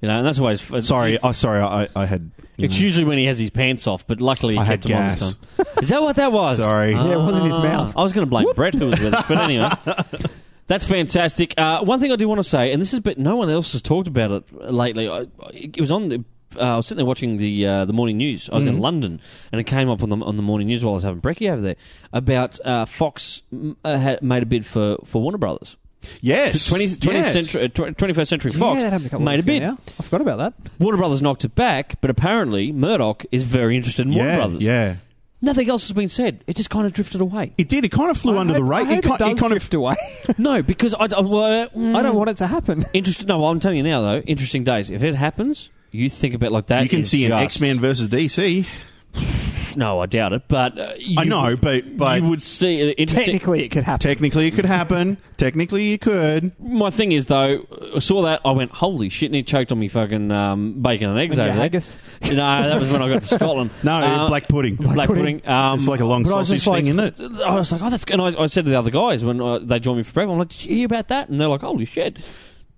S1: you know, and that's always
S2: sorry, oh, sorry, I, I had. you
S1: It's
S2: know,
S1: usually when he has his pants off, but luckily he
S2: I
S1: kept
S2: had
S1: them on this
S2: gas.
S1: time. Is that what that
S3: <laughs>
S1: was?
S2: Sorry. Yeah,
S3: it wasn't his
S1: Ah.
S3: mouth.
S1: I was going to blame Brett who was with us, but anyway.
S3: <laughs>
S1: That's fantastic. Uh, one thing I do want to say, and this is, but no one else has talked about it lately. I, it was on. The, uh, I was sitting there watching the uh, the morning news. I was
S3: Mm.
S1: in London, and it came up on the on the morning news while I was having brekkie over there about uh, Fox mm, uh, had made a bid for for Warner Brothers.
S2: yes,
S1: 20, 20th
S2: yes.
S1: century, uh, tw- 21st Century Fox
S3: yeah, that happened a couple
S1: made
S3: of
S1: a
S3: weeks ago
S1: bid.
S3: now. I forgot about that.
S1: Warner Brothers knocked it back, but apparently Murdoch is very interested in Warner
S2: Yeah,
S1: Brothers.
S2: yeah.
S1: Nothing else has been said. It just kind of drifted away.
S2: It did. It kind of flew under
S3: I
S2: the
S3: hope-
S2: radar.
S3: I hope
S2: ki-
S3: it does
S2: kind of <laughs>
S3: drift away.
S1: no, because I, I, well, mm,
S3: I don't want it to happen.
S1: Interest, no, well, I'm telling you now though. Interesting days. If it happens, you think about like that.
S2: you can
S1: is
S2: see an
S1: just-
S2: X Men versus DC.
S1: No, I doubt it. But uh, you,
S2: I know, but but
S1: you would see an interesting.
S3: Technically, it could happen.
S2: technically it
S1: <laughs>
S2: could happen. technically it could.
S1: My thing is though, I saw that I went, holy shit, and he choked on me fucking um, bacon and eggs
S3: And your
S1: over there.
S3: haggis.
S1: <laughs> No, that was when I got to Scotland.
S2: <laughs> No,
S1: Uh,
S2: black pudding.
S1: black pudding.
S3: pudding.
S1: Um,
S2: it's like a long
S1: but I was
S2: sausage
S1: just like,
S2: thing, isn't it?
S1: I was like, oh, that's. And I, I said to the other guys when uh, they joined me for breakfast, I'm like, did you hear about that? And they're like, holy shit.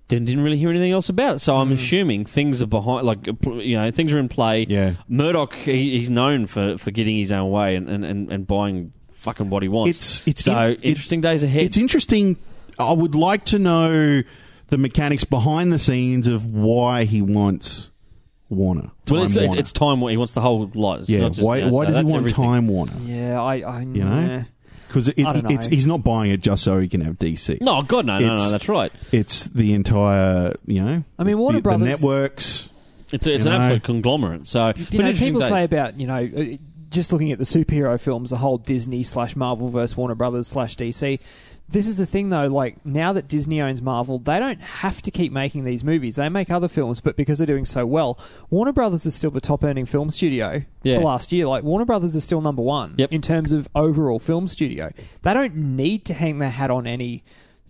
S1: Didn't, didn't really hear anything else about it. So
S2: Hmm.
S1: I'm assuming things are behind, like, uh, pl- you know, things are in play.
S2: <laughs> Yeah.
S1: Murdoch, he, he's known for, for getting his own way and, and, and, and buying fucking what he wants.
S2: It's- it's
S1: so
S2: in- it-
S1: interesting days ahead.
S2: It's interesting. I would like to know the mechanics behind the scenes of why he wants Warner. Time
S1: well, it's, it's,
S2: Warner.
S1: it's time. He wants the whole lot. It's
S2: yeah.
S1: not just,
S2: why
S1: you know,
S2: why
S1: so
S2: does he
S1: that's
S2: want
S1: everything.
S2: Time Warner?
S3: Yeah, I, I
S2: You know?
S3: yeah.
S2: Because it,
S3: I don't know.
S2: it's he's not buying it just so he can have DC.
S1: No, God, no, no, no.
S2: It's-
S1: That's right.
S2: It's the entire, you know.
S3: I mean, Warner
S2: the, the
S3: Brothers-
S2: networks.
S1: It's, a, it's
S2: You
S1: an
S2: know.
S1: absolute conglomerate. So, but
S3: You know,
S1: interesting
S3: people
S1: days.
S3: say about you know uh, just looking at the superhero films, the whole Disney slash Marvel versus Warner Brothers slash DC. This is the thing though, like now that Disney owns Marvel, they don't have to keep making these movies. They make other films, but because they're doing so well, Warner Brothers is still the top earning film studio
S1: Yeah.
S3: for last year. Like Warner Brothers is still number one
S1: Yep.
S3: in terms of overall film studio. They don't need to hang their hat on any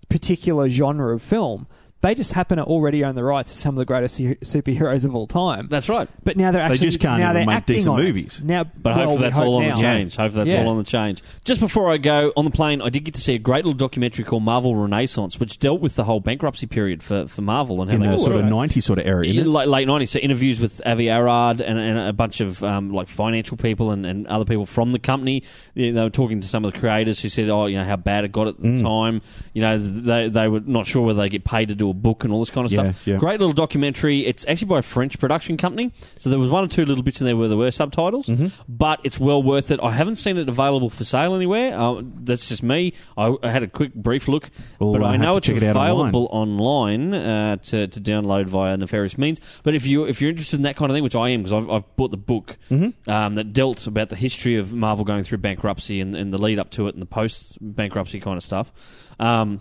S3: particular genre of film. They just happen to already own the rights to some of the greatest su- superheroes of all time.
S1: that's right.
S3: But now they're actually
S2: just can't
S3: now
S2: even
S3: they're
S2: make
S3: acting
S2: decent
S3: on it.
S2: movies.
S3: Now,
S1: But
S3: well, we
S1: hopefully that's
S3: hope
S1: all on
S3: now.
S1: the change. Hopefully that's
S3: Yeah.
S1: all on the change. Just before I go on the plane, I did get to see a great little documentary called Marvel Renaissance, which dealt with the whole bankruptcy period for, for Marvel and how
S2: in
S1: they
S2: that
S1: got
S2: sort of
S1: through it.
S2: 90 sort of area. isn't it?
S1: Late, late 90s. So interviews with Avi Arad and, and a bunch of um, like financial people and, and other people from the company. You know, They were talking to some of the creators who said, oh, you know, how bad it got at the
S2: Mm.
S1: time. You know, they, they were not sure whether they get paid to do a book and all this kind of stuff.
S2: Yeah, yeah.
S1: Great little documentary. It's actually by a French production company. So there was one or two little bits in there where there were subtitles,
S2: Mm-hmm.
S1: but it's well worth it. I haven't seen it available for sale anywhere. Uh, that's just me. I, I had a quick, brief look.
S2: Well,
S1: but
S2: I'll
S1: I
S2: have
S1: know
S2: to
S1: it's
S2: check it out online.
S1: available online uh, to, to download via nefarious means. But if you if you're interested in that kind of thing, which I am, because I've, I've bought the book um, that dealt about the history of Marvel going through bankruptcy and, and the lead up to it and the post bankruptcy kind of stuff. Um,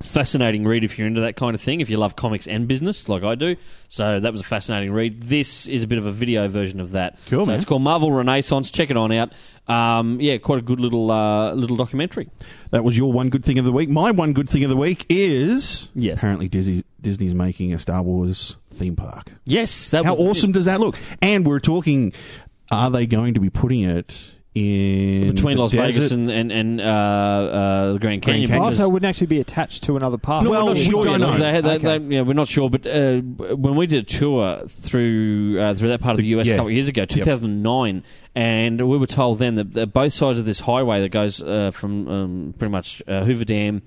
S1: fascinating read if you're into that kind of thing. If you love comics and business like I do, so that was a fascinating read. This is a bit of a video version of that.
S2: Cool,
S1: so
S2: man.
S1: It's called Marvel Renaissance. Check it on out. Um, yeah, quite a good little uh, little documentary.
S2: That was your one good thing of the week. My one good thing of the week is
S1: Yes.
S2: apparently Disney, Disney's making a Star Wars theme park.
S1: Yes, that
S2: How
S1: was the-
S2: awesome does that look? And we're talking, are they going to be putting it in
S1: between
S2: the
S1: Las Vegas
S2: desert?
S1: and and, and uh, uh, the Grand Canyon.
S2: Canyon.
S3: Oh,
S1: because-
S3: so it wouldn't actually be attached to another park.
S1: No,
S2: Well,
S1: we're not
S2: we
S1: sure
S2: don't
S1: yet.
S2: know.
S1: They- they-
S3: Okay.
S1: they- yeah, we're not sure, but uh, when we did a tour through uh, through that part of the US a
S2: yeah.
S1: couple of years ago, 2009, and we were told then that, that both sides of this highway that goes uh, from um, pretty much uh, Hoover Dam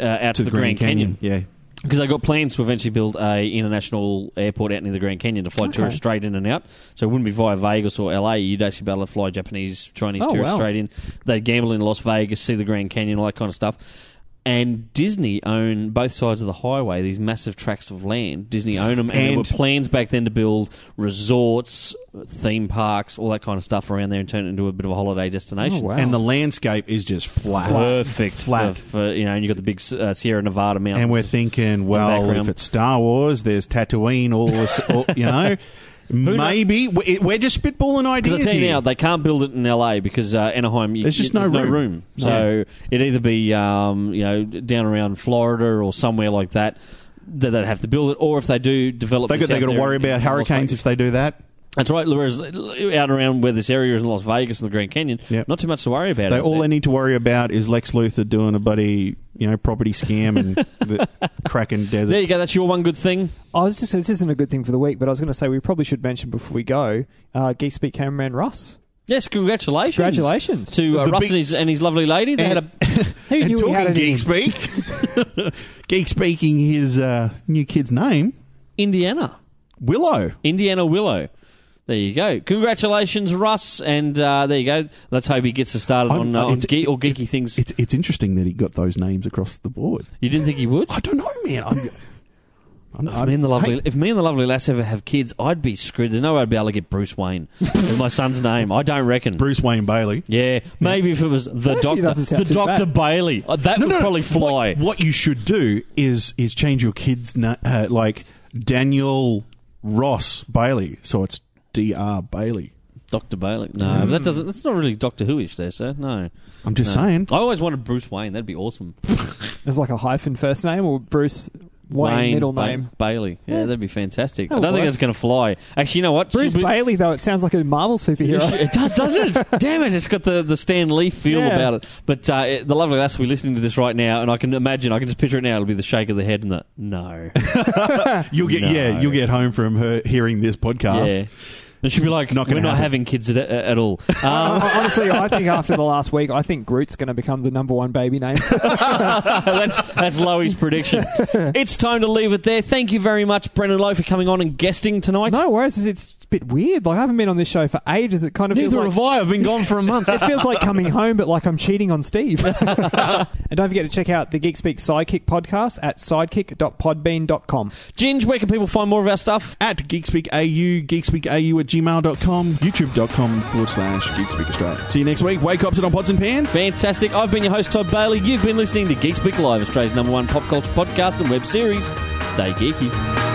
S1: uh, out to, the Grand, Canyon
S2: Yeah.
S1: because they got plans to eventually build a international airport out near the Grand Canyon to fly tourists straight in and out. So it wouldn't be via Vegas or LA. You'd actually be able to fly Japanese, Chinese
S3: Oh,
S1: tourists
S3: wow.
S1: straight in. They'd gamble in Las Vegas, see the Grand Canyon, all that kind of stuff. and Disney own both sides of the highway. These massive tracts of land, Disney own them, and, there
S2: And-
S1: were plans back then to build resorts, theme parks, all that kind of stuff around there, and turn it into a bit of a holiday destination.
S3: wow.
S2: Oh, And the landscape is just flat.
S1: Perfect,
S2: Flat.
S1: For, for, you know, and you got the big uh, Sierra Nevada mountains.
S2: And we're thinking, well,
S1: background.
S2: if it's Star Wars, there's Tatooine, all this,
S1: <laughs>
S2: all, you know. Maybe We- it- we're just spitballing
S1: Because
S2: ideas.
S1: I tell you
S2: here.
S1: now, they can't build it in LA because uh, Anaheim, you,
S2: There's just
S1: you-
S2: no room.
S1: So it'd either be um, you know down around Florida or somewhere like that that they'd have to build it, or if they do develop,
S2: they
S1: this
S2: got they
S1: out
S2: got to
S1: there
S2: worry
S1: in-
S2: about
S1: in Las
S2: hurricanes
S1: Vegas.
S2: if they do that.
S1: That's right, whereas out around where this area is in Las Vegas and the Grand Canyon,
S2: Yep.
S1: not too much to worry about.
S2: They
S1: out
S2: all
S1: there.
S2: they need to worry about is Lex Luthor doing a bloody you know property scam and
S1: <laughs>
S2: the Kraken Desert.
S1: there you go. That's your one good thing.
S3: I was just this isn't a good thing for the week, but I was going to say we probably should mention before we go, uh, Geek Speak cameraman Russ.
S1: Yes, congratulations,
S3: Congratulations.
S1: to uh,
S2: The
S1: Russ
S2: big-
S1: and, his, and his lovely lady. They
S2: And-
S1: had a
S3: Who
S2: and
S3: knew he
S2: talking
S3: had it in
S2: geek
S3: him?
S2: speak,
S1: <laughs>
S2: geek speaking his uh, new kid's name
S1: Indiana.
S2: Willow.
S1: Indiana Willow. There you go. Congratulations, Russ. And uh, there you go. Let's hope he gets us started
S2: I'm-
S1: on, uh, on
S2: it's-
S1: ge- or geeky things.
S2: It's it's interesting that he got those names across the board.
S1: you didn't think he would?
S2: I don't know, man. I'm, I'm,
S1: If me, and the lovely,
S2: hey,
S1: if me and the lovely lass ever have kids, I'd be screwed. There's no way I'd be able to get Bruce Wayne as my son's name. I don't reckon.
S2: Bruce Wayne Bailey.
S1: Yeah, maybe if it was the
S3: actually
S1: doctor,
S3: doesn't sound
S1: the
S3: too
S1: doctor
S3: bad.
S1: Bailey, Uh, that would probably fly.
S2: What, what you should do is is change your kid's na- uh, like Daniel Ross Bailey, so it's D R Bailey.
S1: Doctor Bailey. No, but that doesn't. That's not really Doctor Who-ish, there, sir. No,
S2: I'm just
S1: No.
S2: saying.
S1: I always wanted Bruce Wayne. That'd be awesome.
S3: There's like a hyphen first name or Bruce Wayne, middle
S1: Ba-
S3: name.
S1: Bailey. Yeah, that'd be fantastic. I
S3: That'll
S1: don't think
S3: work.
S1: that's going to fly. Actually, you know what?
S3: Bruce
S1: Should we-
S3: Bailey though it sounds like a Marvel superhero.
S1: It does, doesn't it? Damn it! It's got the, the Stan Lee feel
S3: Yeah.
S1: about it. But uh, it- the lovely lass will be listening to this right now, and I can imagine, I can just picture it now. It'll be the shake of the head and the no.
S2: You'll get
S1: No.
S2: yeah, you'll get home from her hearing this podcast.
S1: yeah. And she'll be like,
S2: Not
S1: we're
S2: gonna
S1: not
S2: happen.
S1: having kids at, at all. <laughs> Um,
S3: Uh, <laughs> Honestly, I think after the last week, I think Groot's going to become the number one
S2: <laughs>
S3: baby name.
S1: Uh, <laughs> that's that's Lowy's prediction. It's time to leave it there. Thank you very much, Brendan Lowe, for coming on and guesting tonight.
S3: no, whereas it's a bit weird. Like I haven't been on this show for ages. It kind of feels
S1: Neither
S3: like
S1: have I. I've been gone for a month.
S3: <laughs> it feels like coming home, but like I'm cheating
S1: <laughs>
S3: on Steve. <laughs> and don't forget to check out the Geek Speak Sidekick podcast at sidekick.podbean.com.
S1: Ginge, where can people find more of our stuff?
S2: At geekspeakau, geekspeakau at gmail.com, youtube.com forward slash geekspeak Australia. See you next week. Wake up to Don Pods and Pans.
S1: Fantastic. I've been your host, Todd Bailey. You've been listening to Geek Speak Live, Australia's number one pop culture podcast and web series. Stay geeky.